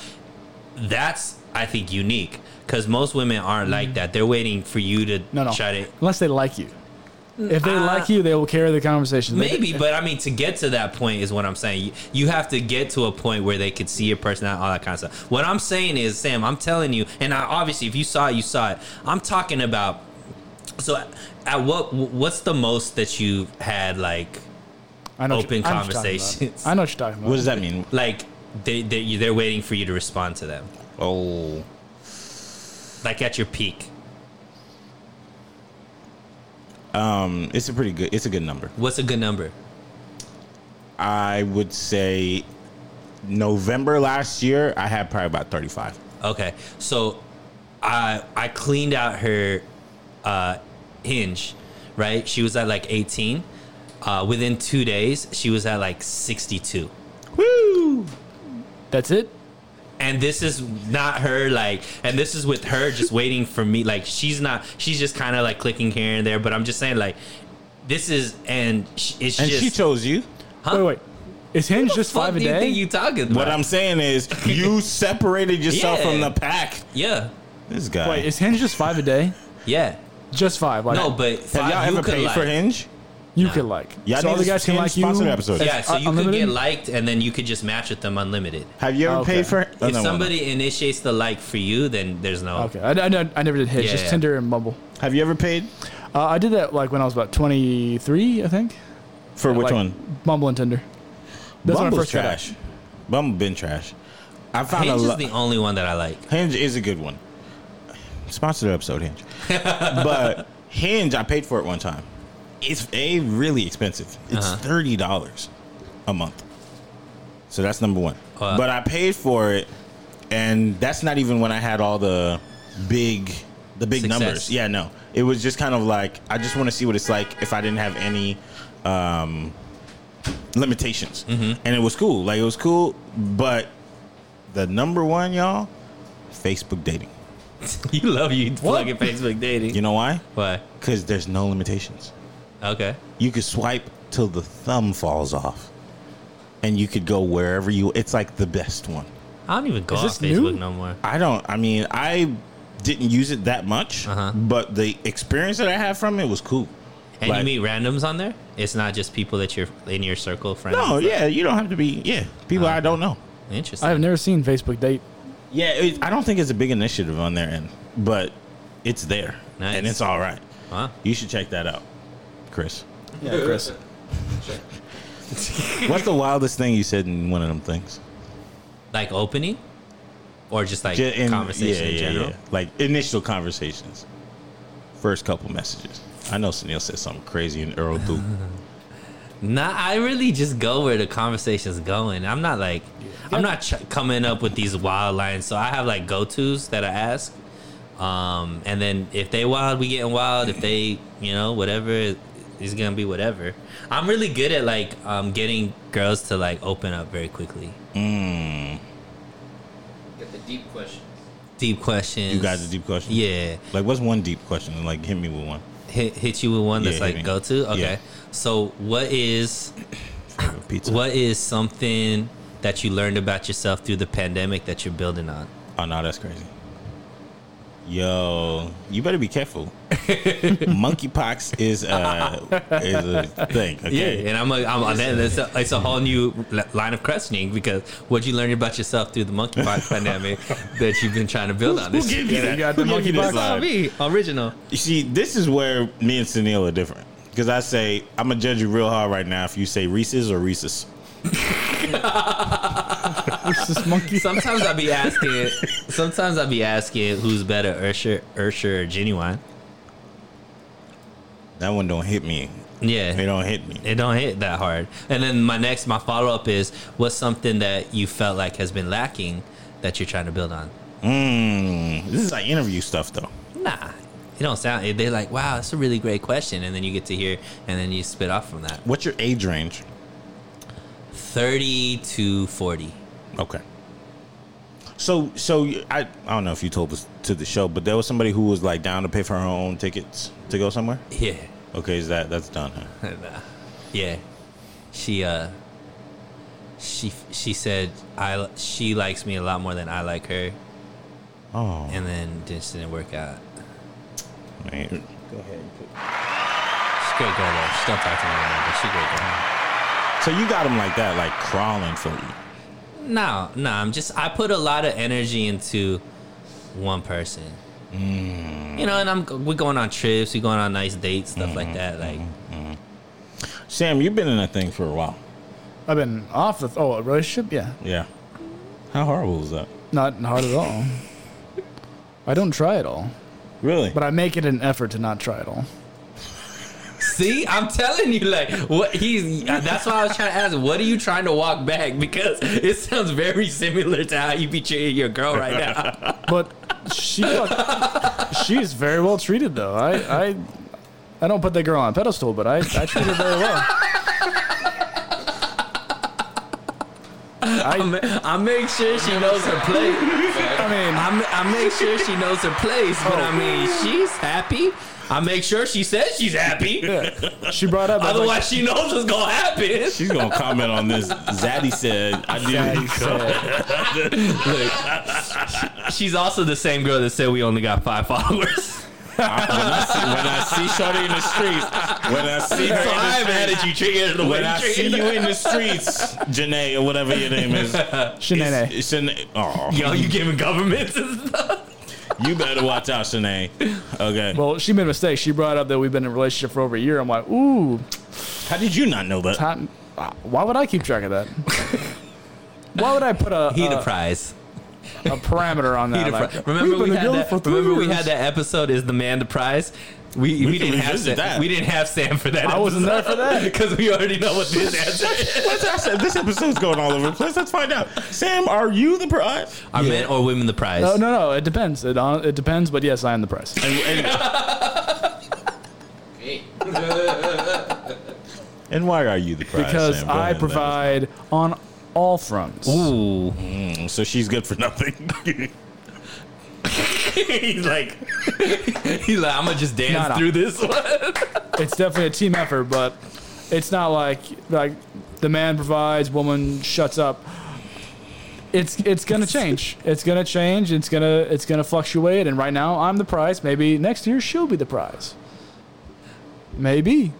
Speaker 2: that's I think unique. Cause most women aren't like that. They're waiting for you to
Speaker 3: Mm. no, no.
Speaker 2: try to
Speaker 3: Unless they like you. If they like you, they will carry the conversation. They-
Speaker 2: Uh, Maybe, but I mean, to get to that point is what I'm saying. You, you have to get to a point where they could see your personality, all that kind of stuff. What I'm saying is, Sam, I'm telling you, and I, obviously, if you saw it, you saw it. I'm talking about. So, at what what's the most that you've had like
Speaker 3: I know what
Speaker 2: open
Speaker 3: you- I know what you're talking about.
Speaker 2: conversations.
Speaker 3: I know what you're talking about.
Speaker 1: What does that mean?
Speaker 2: like they they you- they're waiting for you to respond to them,
Speaker 1: Oh,
Speaker 2: like at your peak.
Speaker 1: um, it's a pretty good. It's a good number.
Speaker 2: What's a good number?
Speaker 1: I would say November last year, I had probably about 35.
Speaker 2: Okay, so I I cleaned out her uh, hinge, right? She was at like 18. Uh, within two days, she was at like 62.
Speaker 1: Woo!
Speaker 3: That's it.
Speaker 2: And this is not her like, and this is with her just waiting for me. Like she's not, she's just kind of like clicking here and there. But I'm just saying like, this is and sh- it's
Speaker 1: And
Speaker 2: just.
Speaker 1: she chose you.
Speaker 3: Wait, wait. Is Hinge just
Speaker 2: Uh, Fuck
Speaker 3: five a
Speaker 2: do you
Speaker 3: day?
Speaker 2: think you talking about?
Speaker 1: What I'm saying is, you separated yourself
Speaker 2: Yeah.
Speaker 1: from the pack.
Speaker 2: yeah,
Speaker 1: This guy.
Speaker 3: wait, is Hinge just five a day?
Speaker 2: yeah.
Speaker 3: Just five? Like,
Speaker 2: No, but
Speaker 1: Have
Speaker 2: five,
Speaker 1: y'all
Speaker 2: you
Speaker 1: ever
Speaker 2: could
Speaker 1: paid
Speaker 2: like,
Speaker 1: for Hinge?
Speaker 3: You can like.
Speaker 1: Y'all
Speaker 3: so
Speaker 1: need
Speaker 3: other
Speaker 1: to
Speaker 3: guys can
Speaker 1: change
Speaker 3: like you.
Speaker 1: sponsor episode.
Speaker 3: It's
Speaker 2: Yeah, so you could
Speaker 3: Uh, unlimited?
Speaker 2: get liked, and then you could just match with them unlimited.
Speaker 1: Have you ever
Speaker 3: Okay.
Speaker 1: paid for? oh,
Speaker 2: if
Speaker 1: no, no, no.
Speaker 2: somebody initiates the like for you, then there's no.
Speaker 3: Okay, I, I, I never did Hitch,
Speaker 2: Yeah,
Speaker 3: just
Speaker 2: yeah.
Speaker 3: Tinder and Bumble.
Speaker 1: have you ever paid
Speaker 3: Uh, I did that like when I was about 23, I think.
Speaker 1: for which
Speaker 3: Like,
Speaker 1: one?
Speaker 3: Bumble and Tinder. That's when I
Speaker 1: Bumble's
Speaker 3: first got
Speaker 1: trash. Bumble been trash. I found
Speaker 2: Hinge
Speaker 1: a
Speaker 2: is
Speaker 1: lot.
Speaker 2: the only one that I like.
Speaker 1: Hinge is a good one. Sponsor the episode, Hinge. but Hinge, I paid for it one time. It's a really expensive. It's
Speaker 2: Uh-huh.
Speaker 1: thirty dollars a month. So that's number one.
Speaker 2: Wow.
Speaker 1: but I paid for it, and that's not even when I had all the big, the big
Speaker 2: Success.
Speaker 1: numbers. Yeah, no, it was just kind of like I just want to see what it's like if I didn't have any um, limitations, and it was cool. Like it was cool, but the number one, y'all, Facebook dating.
Speaker 2: you love you fucking Facebook dating.
Speaker 1: You know why?
Speaker 2: Why?
Speaker 1: Because there's no limitations.
Speaker 2: Okay.
Speaker 1: You could swipe till the thumb falls off, and you could go wherever you. It's like the best one.
Speaker 2: I don't even go
Speaker 3: Is
Speaker 2: on
Speaker 3: this
Speaker 2: Facebook
Speaker 3: new?
Speaker 2: no more.
Speaker 1: I don't. I mean, I didn't use it that much,
Speaker 2: Uh-huh.
Speaker 1: but the experience that I had from it was cool.
Speaker 2: And
Speaker 1: Like-
Speaker 2: you meet randoms on there. It's not just people that you're in your circle, friends.
Speaker 1: No, yeah, you don't have to be. Yeah, people
Speaker 2: Uh-huh.
Speaker 1: I don't know.
Speaker 2: Interesting.
Speaker 3: I've never seen Facebook date.
Speaker 1: Yeah, it, I don't think it's a big initiative on their end, but it's there
Speaker 2: Nice.
Speaker 1: and it's all right.
Speaker 2: wow.
Speaker 1: You should check that out, Chris.
Speaker 3: Yeah, Chris.
Speaker 1: What's the wildest thing you said in one of them things?
Speaker 2: Like opening, or just like
Speaker 1: Ju- in-
Speaker 2: conversation
Speaker 1: yeah,
Speaker 2: in
Speaker 1: yeah,
Speaker 2: general.
Speaker 1: yeah. Like initial conversations, first couple messages. I know Sunil said something crazy and Earl Duke.
Speaker 2: Nah, I really just go where the conversation's going. I'm not like, I'm not ch- coming up with these wild lines. So I have like go tos that I ask, um, and then if they wild, we getting wild. If they, you know, whatever is gonna be whatever. I'm really good at like um, getting girls to like open up very quickly.
Speaker 1: Mm.
Speaker 5: Get the deep questions.
Speaker 2: Deep questions.
Speaker 1: you guys a deep question?
Speaker 2: Yeah.
Speaker 1: Like, what's one deep question? Like, hit me with one.
Speaker 2: Hit, hit you with one that's
Speaker 1: Yeah, hit
Speaker 2: like
Speaker 1: me.
Speaker 2: go to. Okay.
Speaker 1: Yeah.
Speaker 2: So what is
Speaker 1: Favorite pizza?
Speaker 2: what is something that you learned about yourself through the pandemic that you're building on?
Speaker 1: Oh no, that's crazy. Yo, you better be careful. Monkeypox is a is a thing. Okay.
Speaker 2: Yeah, and I'm like, I'm, then it's, a, it's a whole new li- line of questioning because what you learn about yourself through the monkeypox pandemic that you've been trying to build on this.
Speaker 1: gave
Speaker 3: you got the
Speaker 1: Who gave you
Speaker 3: monkeypox?
Speaker 1: this line?
Speaker 2: Oh, me, original.
Speaker 1: You see, this is where me and Sunil are different. Because I say I'm gonna judge you real hard right now if you say Reese's or Reese's.
Speaker 3: this monkey.
Speaker 2: Sometimes I'll be asking, sometimes I'll be asking who's better, Ursher, Ursher or Genuine.
Speaker 1: That one don't hit me.
Speaker 2: Yeah.
Speaker 1: It don't hit me.
Speaker 2: it don't hit that hard. And then my next, my follow up is what's something that you felt like has been lacking that you're trying to build on?
Speaker 1: Mm, this is like interview stuff though.
Speaker 2: Nah, it don't sound. They're like, wow, that's a really great question, and then you get to hear, and then you spit off from that.
Speaker 1: What's your age range?
Speaker 2: Thirty to forty.
Speaker 1: Okay. So so you- I I don't know if you told us to the show, but there was somebody who was like down to pay for her own tickets to go somewhere.
Speaker 2: Yeah,
Speaker 1: Okay, is that that's done? Huh?
Speaker 2: Nah. yeah. She uh, she she said I she likes me a lot more than I like her,
Speaker 1: Oh,
Speaker 2: and then just didn't work out.
Speaker 1: man.
Speaker 2: She's a great girl though. She don't talk to me anymore, but she's a great girl.
Speaker 1: so you got him like that, like crawling for you.
Speaker 2: No, no, I'm just I put a lot of energy into one person. You know, and I'm we're going on trips, we're going on nice dates, stuff like that. Like
Speaker 1: Sam, you've been in that thing for a while.
Speaker 3: I've been off the oh a relationship. Yeah,
Speaker 1: Yeah. How horrible is that?
Speaker 3: not hard at all. I don't try at all,
Speaker 1: Really?
Speaker 3: but I make it an effort to not try at all.
Speaker 2: See, I'm telling you, like what he's. uh, That's why I was trying to ask. What are you trying to walk back? Because it sounds very similar to how you be treating your girl right now.
Speaker 3: But she fuck- she's very well treated though. I I I don't put that girl on a pedestal, but I I treat her very well.
Speaker 2: I, ma- I make sure she knows her place.
Speaker 3: I mean,
Speaker 2: I, ma- I make sure she knows her place. But I mean, she's happy. I make sure she says she's happy.
Speaker 3: she brought up. I was like,
Speaker 2: Otherwise, she knows what's gonna happen.
Speaker 1: She's gonna comment on this. Zaddy said, "I
Speaker 3: "Yeah,
Speaker 1: did."
Speaker 3: you said."
Speaker 2: She's also the same girl that said we only got five followers.
Speaker 1: When I see Shorty in the streets, when I see
Speaker 2: so
Speaker 1: her in the
Speaker 2: I'm mad
Speaker 1: streets,
Speaker 2: at you treating her the way
Speaker 1: when I
Speaker 2: you
Speaker 1: see
Speaker 2: treated
Speaker 1: you
Speaker 2: her.
Speaker 1: in the streets, Janae or whatever your name is,
Speaker 3: Shanae.
Speaker 1: it's- it's an- aw.
Speaker 2: Yo, you giving governments and stuff.
Speaker 1: you better watch out, Shanae. Okay,
Speaker 3: Well, she made a mistake. She brought up that we've been in a relationship for over a year. I'm like, ooh,
Speaker 1: how did you not know that?
Speaker 3: hot. Why would I keep track of that? Why would I put a
Speaker 2: He the
Speaker 3: a,
Speaker 2: prize.
Speaker 3: a parameter on
Speaker 2: He
Speaker 3: that?
Speaker 2: the
Speaker 3: Like,
Speaker 2: prize. Remember
Speaker 3: been
Speaker 2: we had
Speaker 3: together
Speaker 2: that.
Speaker 3: for three
Speaker 2: Remember we
Speaker 3: years.
Speaker 2: had that episode. Is the man the prize? We, we,
Speaker 1: can
Speaker 2: didn't have Sam,
Speaker 1: revisit that.
Speaker 2: we didn't have Sam for that.
Speaker 3: I wasn't there for that.
Speaker 2: because we already know what his answer is.
Speaker 1: Let's ask that. This episode's going all over the place. Let's find out. Sam, are you the prize?
Speaker 2: Are men or women the prize?
Speaker 3: Uh, Oh, No, no, no. It depends. It hon- it depends. But yes, I am the prize.
Speaker 1: And, and,
Speaker 5: Hey.
Speaker 1: and why are you the prize?
Speaker 3: because
Speaker 1: Sam? Go ahead
Speaker 3: I
Speaker 1: and let us know.
Speaker 3: provide on all fronts.
Speaker 2: Ooh.
Speaker 1: So she's good for nothing.
Speaker 2: he's like, he's like, I'm gonna just dance
Speaker 3: No, no.
Speaker 2: through this one.
Speaker 3: It's definitely a team effort, but it's not like like the man provides, woman shuts up. it's it's gonna change. It's gonna change. It's gonna it's gonna fluctuate. And right now, I'm the prize. Maybe next year she'll be the prize. Maybe,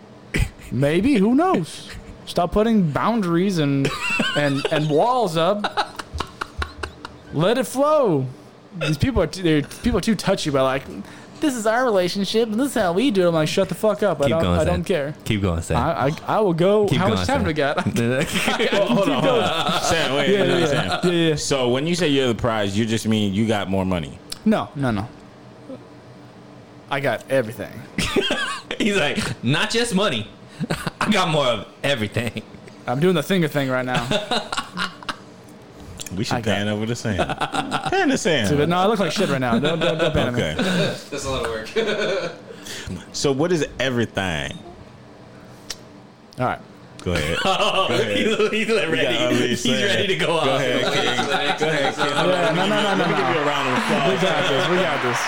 Speaker 3: maybe who knows? Stop putting boundaries and and and walls up. Let it flow. These people are too, they're- people are too touchy by like, this is our relationship and this is how we do it. I'm like, shut the fuck up. I
Speaker 2: Keep
Speaker 3: don't
Speaker 2: going.
Speaker 3: I
Speaker 2: Sam.
Speaker 3: don't care.
Speaker 2: Keep going, Sam.
Speaker 3: I, I I will go.
Speaker 2: Keep
Speaker 3: how
Speaker 2: going,
Speaker 3: much time
Speaker 2: Sam.
Speaker 3: do we got?
Speaker 1: hold on, hold
Speaker 3: going.
Speaker 1: on. Sam, wait, wait, wait, Sam.
Speaker 3: yeah, yeah.
Speaker 1: So when you say you're the prize, you just mean you got more money.
Speaker 3: No, no, no. I got everything.
Speaker 2: He's like, not just money. I got more of everything.
Speaker 3: I'm doing the finger thing right now.
Speaker 1: We should
Speaker 3: I got-
Speaker 1: pan over to Sam. pan to
Speaker 3: But
Speaker 1: Sam.
Speaker 3: no, I look like shit right now. Don't, don't, don't ban me.
Speaker 1: Okay.
Speaker 4: That's a lot of work.
Speaker 1: So what is everything?
Speaker 3: All right.
Speaker 1: Go ahead. Go ahead.
Speaker 2: he's, he's ready.
Speaker 1: unleashed,
Speaker 2: He's
Speaker 1: Sam.
Speaker 2: ready to go out.
Speaker 1: Go ahead, King. Go ahead, King.
Speaker 3: Yeah, no, no, no, no,
Speaker 1: Let me
Speaker 3: no.
Speaker 1: give you a round of
Speaker 3: We
Speaker 1: applause.
Speaker 3: got this. We got this.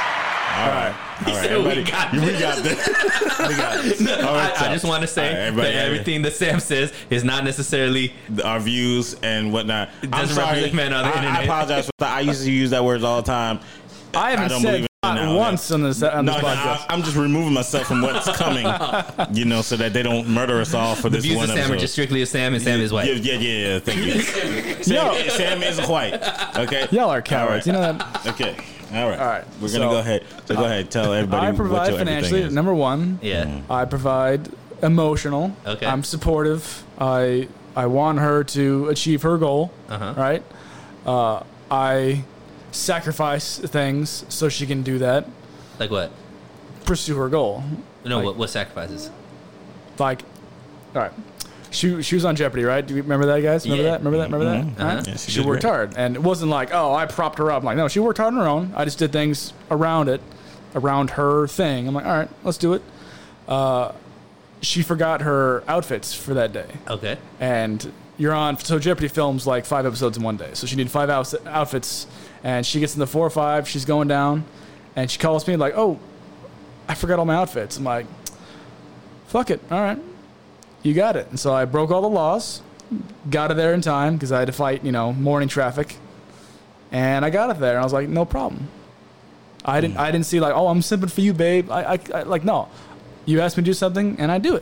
Speaker 1: All right. All right.
Speaker 2: said, "We
Speaker 1: everybody-
Speaker 2: got
Speaker 1: We got this. We got this. All right,
Speaker 2: I, I
Speaker 1: so-
Speaker 2: just want to
Speaker 1: All right,
Speaker 2: say
Speaker 1: everybody
Speaker 2: that
Speaker 1: had it.
Speaker 2: everything that Sam says is not necessarily
Speaker 1: our views and whatnot. I'm
Speaker 2: doesn't
Speaker 1: sorry,
Speaker 2: represent man on the
Speaker 1: I, I
Speaker 2: internet.
Speaker 1: apologize for that. I used to use that word all the time.
Speaker 3: I haven't
Speaker 1: don't believe
Speaker 3: said
Speaker 1: it
Speaker 3: not
Speaker 1: now,
Speaker 3: once
Speaker 1: yeah.
Speaker 3: on this, on
Speaker 1: No,
Speaker 3: this
Speaker 1: no, I,
Speaker 3: podcast.
Speaker 1: I'm just removing myself from what's coming, you know, so that they don't murder us all for
Speaker 2: the
Speaker 1: this
Speaker 2: views
Speaker 1: one
Speaker 2: of Sam are
Speaker 1: episode.
Speaker 2: just strictly of Sam and Sam is white.
Speaker 1: Yeah, yeah, yeah, yeah. Thank you. Sam,
Speaker 3: Yo.
Speaker 1: Sam is white. Okay.
Speaker 3: Y'all are
Speaker 1: All right.
Speaker 3: cowards. You know that.
Speaker 1: Okay. All right. All
Speaker 3: All right,
Speaker 1: We're
Speaker 3: so- uh,
Speaker 1: gonna go ahead. So go ahead. Tell everybody.
Speaker 3: I
Speaker 1: what
Speaker 3: provide
Speaker 1: your everything
Speaker 3: financially.
Speaker 1: is.
Speaker 3: Number one,
Speaker 1: Mm.
Speaker 2: Yeah.
Speaker 3: I provide emotional.
Speaker 2: Okay.
Speaker 3: I'm supportive. I I want her to achieve her goal.
Speaker 2: Uh-huh.
Speaker 3: Right. Uh, I sacrifice things so she can do that.
Speaker 2: Like what?
Speaker 3: Pursue her goal.
Speaker 2: No, what, what sacrifices?
Speaker 3: like, all right, she she was on Jeopardy, right? Do you remember that, guys? Remember
Speaker 2: Yeah.
Speaker 3: that? Remember that? Remember that?
Speaker 2: Uh-huh.
Speaker 3: All right.
Speaker 1: Yeah, she
Speaker 3: she
Speaker 1: Mm-hmm. did
Speaker 3: worked
Speaker 1: great.
Speaker 3: hard, and it wasn't like, oh, I propped her up. I'm like, no, she worked hard on her own. I just did things around it, around her thing. I'm like, all right, let's do it. Uh, she forgot her outfits for that day,
Speaker 2: Okay.
Speaker 3: and you're on. So Jeopardy films like five episodes in one day, so she needed five outs- outfits, and she gets in the four or five. She's going down, and she calls me like, oh, I forgot all my outfits. I'm like, fuck it. All right. You got it. And so I broke all the laws, got it there in time because I had to fight, you know, morning traffic. And I got it there. And I was like, no problem. I didn't, I didn't see like, oh, I'm simping for you, babe. I, I, I like, no, you asked me to do something and I do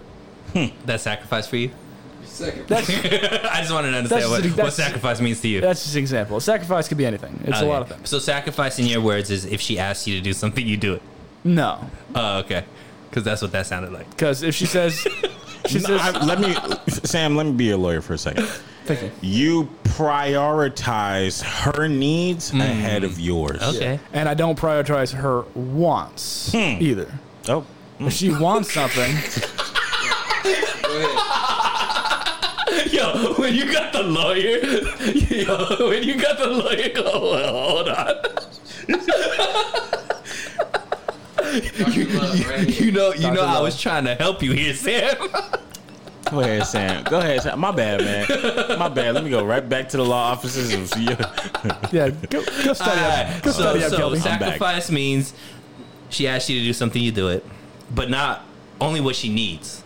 Speaker 3: it.
Speaker 2: That sacrifice for you?
Speaker 3: That's,
Speaker 2: I just wanted to understand
Speaker 3: That's
Speaker 2: what,
Speaker 3: just-
Speaker 2: what
Speaker 3: that's-
Speaker 2: sacrifice means to you.
Speaker 3: that's just an example. Sacrifice could be anything.
Speaker 1: Oh,
Speaker 3: It's
Speaker 2: Okay.
Speaker 3: a lot of things.
Speaker 2: So sacrifice in your words is if she asks you to do something, you do it.
Speaker 3: No.
Speaker 2: Oh, okay. Because that's what that sounded like.
Speaker 3: Because if she says, she
Speaker 1: No,
Speaker 3: says,
Speaker 1: I- let me, Sam. Let me be your lawyer for a second.
Speaker 3: Thank you.
Speaker 1: You prioritize her needs
Speaker 3: Mm.
Speaker 1: ahead of yours.
Speaker 2: Okay.
Speaker 3: and I don't prioritize her wants either.
Speaker 1: Oh,
Speaker 3: If she wants something,
Speaker 2: Yo, when you got the lawyer, yo, when you got the lawyer, oh, well, hold on. You know, you
Speaker 3: Dr.
Speaker 2: know, I
Speaker 3: Love.
Speaker 2: was trying to help you here, Sam.
Speaker 1: go ahead, Sam. Go ahead, Sam. My bad, man. My bad. Let me go right back to the law offices. And see you.
Speaker 3: yeah, go, go study up. Go
Speaker 2: so,
Speaker 3: study up,
Speaker 2: so
Speaker 3: Kelby.
Speaker 2: sacrifice means she asks you to do something, you do it, but not only what she needs,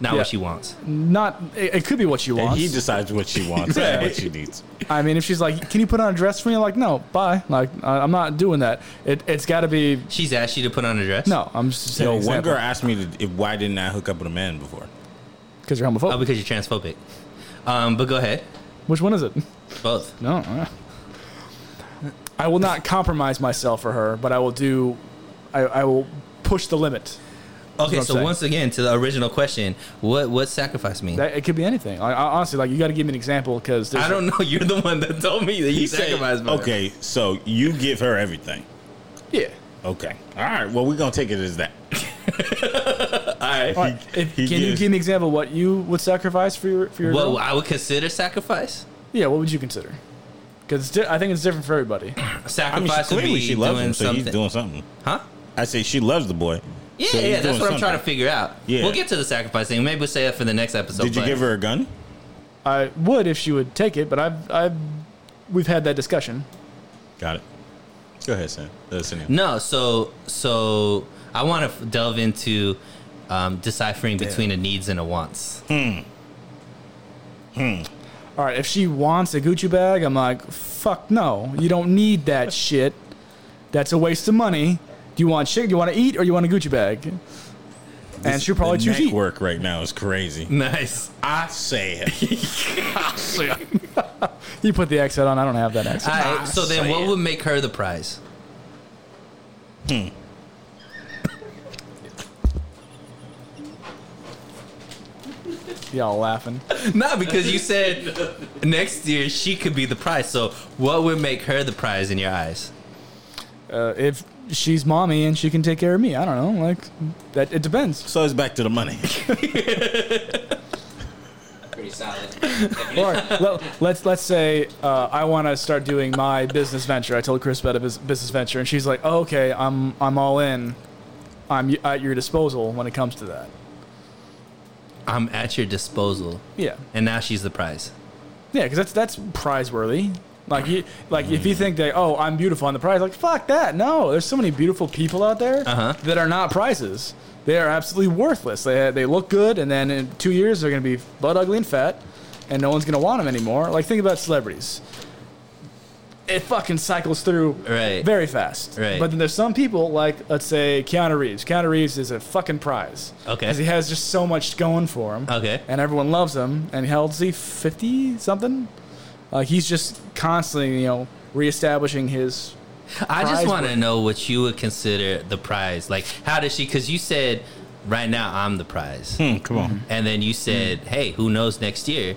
Speaker 2: not
Speaker 3: Yeah.
Speaker 2: what she wants.
Speaker 3: not it, it could be what she
Speaker 1: And
Speaker 3: wants.
Speaker 1: he decides what she wants and what she needs.
Speaker 3: I mean, if she's like, "Can you put on a dress for me?" Like, no, bye. Like, I I'm not doing that. It, it's got to be
Speaker 2: She's asked you to put on a dress.
Speaker 3: no. I'm just
Speaker 1: Yo,
Speaker 3: saying
Speaker 1: one girl asked me to, if, why didn't I hook up with a man before?
Speaker 3: because you're
Speaker 2: oh,
Speaker 3: homophobic.
Speaker 2: because you're transphobic. Um, but go ahead,
Speaker 3: Which one is it?
Speaker 2: both.
Speaker 3: No. uh. I will not compromise myself for her, but I will do. I, I will push the limit.
Speaker 2: Okay,
Speaker 3: what I'm
Speaker 2: so
Speaker 3: saying.
Speaker 2: once again to the original question, what what sacrifice mean?
Speaker 3: That, it could be anything. Like, I- honestly, like you got to give me an example because
Speaker 2: I don't know. You're the one that told me that you
Speaker 1: said,
Speaker 2: sacrificed. by-
Speaker 1: okay, so you give her everything.
Speaker 3: Yeah.
Speaker 1: Okay. All right. Well, we're going to take it as that.
Speaker 3: All right. If-
Speaker 1: he
Speaker 3: can you
Speaker 1: gives-
Speaker 3: give me an example of what you would sacrifice for your for your?
Speaker 2: What
Speaker 3: girl?
Speaker 2: I would consider sacrifice.
Speaker 3: Yeah. What would you consider? Because di- I think it's different for everybody.
Speaker 1: I mean,
Speaker 2: Sacrifice
Speaker 1: she,
Speaker 2: would
Speaker 1: clearly
Speaker 2: be
Speaker 1: she loves
Speaker 2: doing
Speaker 1: him, so
Speaker 2: something.
Speaker 1: he's doing something.
Speaker 2: huh?
Speaker 1: I say she loves the boy.
Speaker 2: Yeah,
Speaker 1: so he's
Speaker 2: yeah. That's
Speaker 1: doing
Speaker 2: what I'm trying to
Speaker 1: something.
Speaker 2: figure out.
Speaker 1: Yeah.
Speaker 2: We'll get to the sacrifice thing. Maybe we'll say it for the next episode.
Speaker 1: Did you
Speaker 2: but-
Speaker 1: give her a gun?
Speaker 3: I would if she would take it, but I've, I've we've had that discussion.
Speaker 1: Got it. Go ahead, Sam. Listen. in.
Speaker 2: No. So so I want to delve into um, deciphering between a needs and a wants.
Speaker 3: all right, if she wants a Gucci bag, I'm like, fuck no, you don't need that shit. That's a waste of money. Do you want shit? Do you want to eat or you want a Gucci bag? And she'll probably
Speaker 1: the
Speaker 3: choose
Speaker 1: neck
Speaker 3: eat.
Speaker 1: work right now is crazy.
Speaker 2: Nice.
Speaker 1: I say it.
Speaker 3: You put the accent on. I don't have that accent.
Speaker 2: All right, so then what would make her the prize?
Speaker 3: Y'all laughing.
Speaker 2: Not because you said next year she could be the prize. So what would make her the prize in your eyes?
Speaker 3: Uh, if she's mommy and she can take care of me, I don't know. Like that, it depends.
Speaker 1: so it's back to the money.
Speaker 4: Pretty solid.
Speaker 3: Or let, let's let's say uh, I want to start doing my business venture. I told Chris about a bus- business venture, and she's like, oh, "Okay, I'm I'm all in. I'm y- at your disposal when it comes to that."
Speaker 2: I'm at your disposal.
Speaker 3: Yeah,
Speaker 2: And now she's the prize.
Speaker 3: yeah, because that's that's prize worthy. Like you, like if you think that oh I'm beautiful on the prize, like fuck that. No, there's so many beautiful people out there
Speaker 2: Uh-huh.
Speaker 3: that are not prizes. They are absolutely worthless. They they look good, and then in two years they're gonna be butt ugly and fat, and no one's gonna want them anymore. Like think about celebrities. It fucking cycles through
Speaker 2: Right.
Speaker 3: very fast.
Speaker 2: Right.
Speaker 3: But then there's some people like let's say Keanu Reeves. Keanu Reeves is a fucking prize.
Speaker 2: Okay.
Speaker 3: 'Cause he has just so much going for him
Speaker 2: Okay.
Speaker 3: and everyone loves him. And how old is he? Fifty something. Like he's just constantly, you know, reestablishing his.
Speaker 2: I just want
Speaker 3: Prize
Speaker 2: to
Speaker 3: worthy.
Speaker 2: know what you would consider the prize. Like, how does she? Because you said right now I'm the prize,
Speaker 1: Hmm, come on.
Speaker 2: and then you said, hey, who knows next year?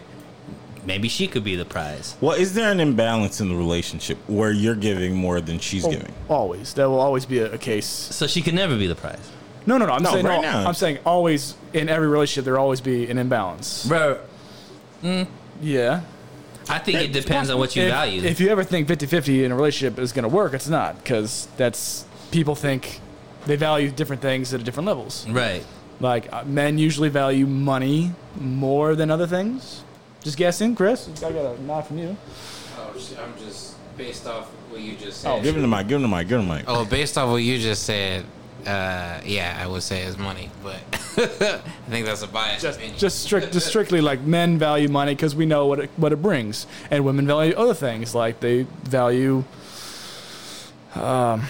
Speaker 2: Maybe she could be the prize.
Speaker 1: Well, is there an imbalance in the relationship where you're giving more than she's
Speaker 3: Oh.
Speaker 1: giving?
Speaker 3: Always, there will always be a, a case.
Speaker 2: So she could never be the prize.
Speaker 3: No, no, no. I'm
Speaker 1: No,
Speaker 3: saying
Speaker 1: right
Speaker 3: no,
Speaker 1: now.
Speaker 3: I'm saying always in every relationship there will always be an imbalance.
Speaker 2: Bro,
Speaker 3: Yeah.
Speaker 2: I think it depends on what you
Speaker 3: if,
Speaker 2: value.
Speaker 3: If you ever think 50-50 in a relationship is going to work, it's not because that's people think they value different things at different levels.
Speaker 2: right.
Speaker 3: Like uh, men usually value money more than other things. Just guessing, Chris. I got a nod from you.
Speaker 4: Oh, I'm just based off what you just
Speaker 3: said.
Speaker 1: Oh, Give him the mic. Give him the mic. Give him the mic.
Speaker 4: Oh, based off what you just said, uh, yeah, I would say it's money, but I think that's a biased
Speaker 3: just,
Speaker 4: opinion.
Speaker 3: just strict, just strictly like men value money because we know what it, what it brings, and women value other things like they value. Um,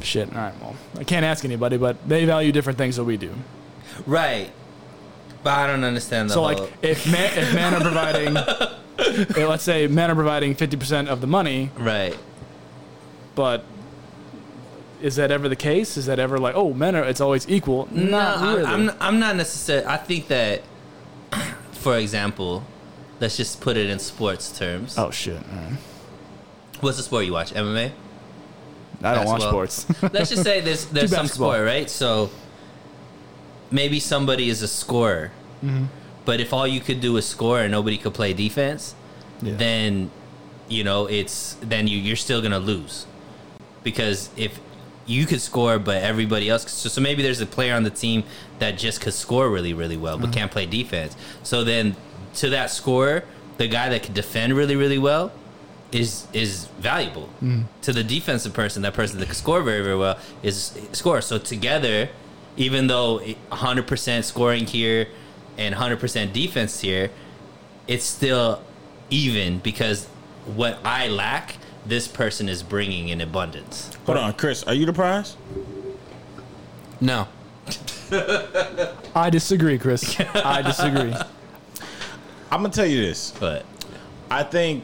Speaker 3: shit. All right. Well, I can't ask anybody, but they value different things than we do.
Speaker 2: Right. But I don't understand the
Speaker 3: So,
Speaker 2: whole.
Speaker 3: like, if men, if men are providing, eh, let's say men are providing fifty percent of the money,
Speaker 2: right.
Speaker 3: but is that ever the case? Is that ever like, oh, men are? It's always equal.
Speaker 2: No,
Speaker 3: Not
Speaker 2: I'm-
Speaker 3: really.
Speaker 2: I'm, I'm not necessarily. I think that, for example, let's just put it in sports terms.
Speaker 3: oh shit! All right.
Speaker 2: What's the sport you watch? MMA?
Speaker 3: I don't watch
Speaker 2: basketball.
Speaker 3: sports.
Speaker 2: Let's just say there's there's some
Speaker 3: basketball.
Speaker 2: sport, right? So maybe somebody is a scorer,
Speaker 3: Mm-hmm.
Speaker 2: but if all you could do is score and nobody could play defense,
Speaker 3: Yeah.
Speaker 2: then you know it's then you you're still gonna lose because if you could score but everybody else so, so maybe there's a player on the team that just could score really really well
Speaker 3: Mm-hmm.
Speaker 2: but can't play defense so then to that scorer the guy that could defend really really well is is valuable to the defensive person that person that could score very very well is score so together even though it- 100% scoring here and 100% defense here it's still even because what I lack, this person is bringing in abundance.
Speaker 1: Hold on, Chris. Are you the prize?
Speaker 4: no.
Speaker 3: I disagree, Chris. I disagree.
Speaker 1: I'm gonna tell you this.
Speaker 2: But
Speaker 1: I think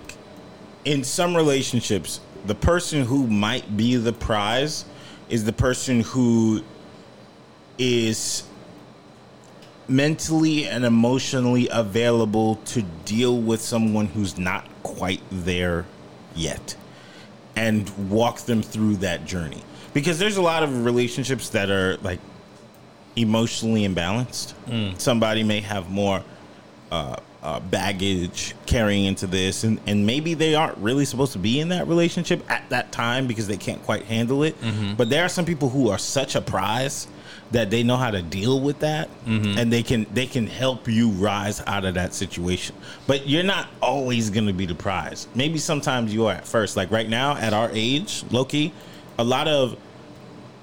Speaker 1: in some relationships, the person who might be the prize is the person who is mentally and emotionally available to deal with someone who's not quite there yet and walk them through that journey. Because there's a lot of relationships that are like emotionally imbalanced. Somebody may have more uh, uh, baggage carrying into this, and, and maybe they aren't really supposed to be in that relationship at that time because they can't quite handle it. But there are some people who are such a prize that they know how to deal with that, and they can they can help you rise out of that situation. But you're not always going to be the prize. Maybe sometimes you are at first. Like right now, at our age, Loki, a lot of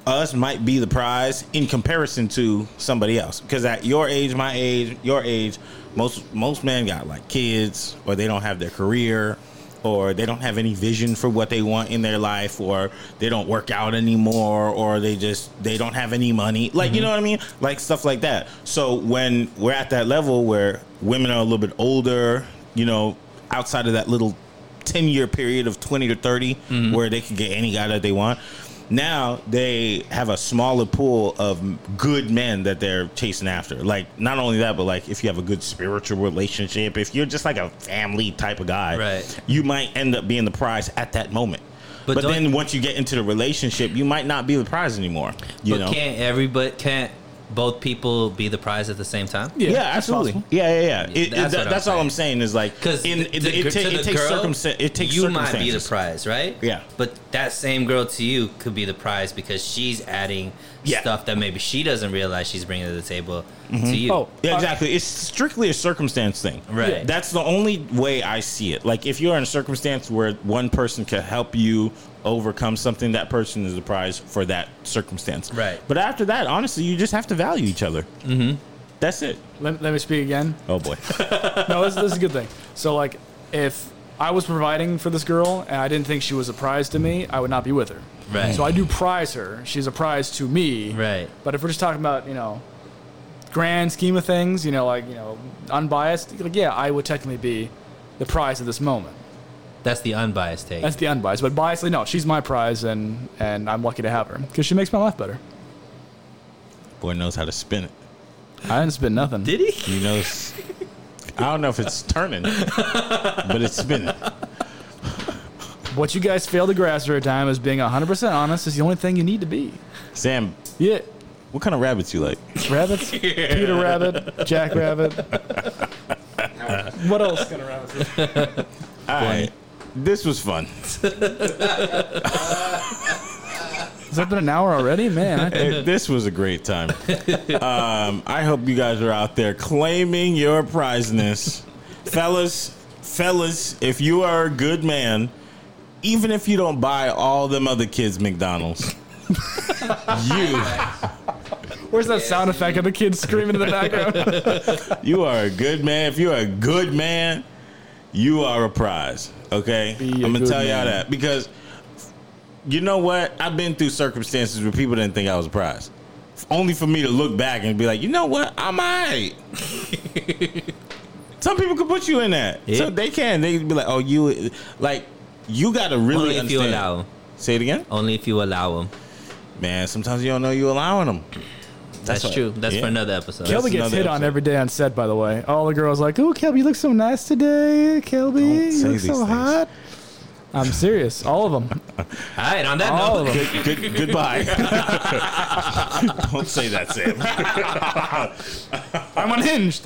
Speaker 1: us might be the prize in comparison to somebody else. Because at your age, my age, your age, most most men got like kids, or they don't have their career, or they don't have any vision for what they want in their life, or they don't work out anymore, or they just they don't have any money. Like you know what I mean? Like stuff like that. So when we're at that level where women are a little bit older, you know, outside of that little 10 year period of 20 to 30
Speaker 2: Mm-hmm.
Speaker 1: where they can get any guy that they want. Now they have a smaller pool of good men that they're chasing after. Like, not only that, but like if you have a good spiritual relationship, if you're just like a family type of guy,
Speaker 2: Right.
Speaker 1: you might end up being the prize at that moment.
Speaker 2: But
Speaker 1: But,
Speaker 2: don't-
Speaker 1: then once you get into the relationship, you might not be the prize anymore. You
Speaker 2: but
Speaker 1: know?
Speaker 2: can't everybody can't both people be the prize at the same time?
Speaker 1: yeah,
Speaker 3: that's
Speaker 1: absolutely.
Speaker 3: possible.
Speaker 1: Yeah, yeah, yeah. It- it-
Speaker 2: that's
Speaker 1: that's
Speaker 2: what I'm
Speaker 1: that's all
Speaker 2: saying.
Speaker 1: I'm saying is like,
Speaker 2: Because
Speaker 1: in, it, it, ta- it takes circumstance. It takes
Speaker 2: you might
Speaker 1: circumstances.
Speaker 2: be the prize, right?
Speaker 1: Yeah.
Speaker 2: But that same girl to you could be the prize because she's adding
Speaker 1: Yeah. Mm-hmm.
Speaker 2: stuff that maybe she doesn't realize she's bringing to the table to you.
Speaker 3: Oh,
Speaker 1: Yeah, exactly. It's strictly a circumstance thing.
Speaker 2: Right. Yeah.
Speaker 1: That's the only way I see it. Like if you're in a circumstance where one person can help you overcome something, that person is the prize for that circumstance.
Speaker 2: Right.
Speaker 1: But after that, honestly, you just have to value each other. Mm-hmm. That's it.
Speaker 3: Let, let me speak again.
Speaker 1: Oh boy.
Speaker 3: no, this, this is a good thing. So, like, if I was providing for this girl and I didn't think she was a prize to me, I would not be with her.
Speaker 2: Right.
Speaker 3: So I do prize her. She's a prize to me.
Speaker 2: Right.
Speaker 3: But if we're just talking about, you know, grand scheme of things, you know, like, you know, unbiased, like, yeah, I would technically be the prize at this moment.
Speaker 2: That's the unbiased take.
Speaker 3: That's the unbiased. But biasedly, no, she's my prize and, and I'm lucky to have her because she makes my life better.
Speaker 1: boy knows how to spin it.
Speaker 3: I didn't spend nothing.
Speaker 2: Did he?
Speaker 1: He knows. I don't know if it's turning, but it's spinning.
Speaker 3: What you guys fail to grasp over time is being 100% honest is the only thing you need to be.
Speaker 1: Sam,
Speaker 3: Yeah.
Speaker 1: what kind of rabbits you like?
Speaker 3: Rabbits? Peter Rabbit, Jack Rabbit. what else can a rabbit do?
Speaker 1: All right. This was fun.
Speaker 3: Has that been an hour already? Man, I,
Speaker 1: Hey, this was a great time. Um, I hope you guys are out there claiming your prizeness. fellas, fellas, if you are a good man, even if you don't buy all them other kids McDonald's, you
Speaker 3: where's that sound effect of the kids screaming in the background?
Speaker 1: you are a good man. If you're a good man, you are a prize. Okay,
Speaker 3: Be a
Speaker 1: I'm gonna
Speaker 3: good
Speaker 1: tell y'all
Speaker 3: man.
Speaker 1: that because you know what? I've been through circumstances where people didn't think I was a prize, F- only for me to look back and be like, you know what? I'm alright. Some people could put you in that,
Speaker 2: Yeah.
Speaker 1: so they can. They can be like, oh, you like you got to really
Speaker 2: Only if you
Speaker 1: understand.
Speaker 2: allow 'em.
Speaker 1: Say it again,
Speaker 2: Only if you allow them.
Speaker 1: man. Sometimes you don't know you allowing them.
Speaker 2: That's,
Speaker 1: what-
Speaker 2: true. That's
Speaker 1: yeah.
Speaker 2: for another episode.
Speaker 1: That's
Speaker 3: Kelby gets
Speaker 1: another
Speaker 3: hit on
Speaker 1: episode.
Speaker 3: every day on set, by the way. All the girls like, "Oh, Kelby, you look so nice today. Kelby,
Speaker 1: say
Speaker 3: you look
Speaker 1: these
Speaker 3: so
Speaker 1: things.
Speaker 3: hot." I'm serious. All of them.
Speaker 2: All right. On that
Speaker 3: All
Speaker 2: note,
Speaker 3: of them.
Speaker 1: Good, good, goodbye. Don't say that, Sam.
Speaker 3: I'm unhinged.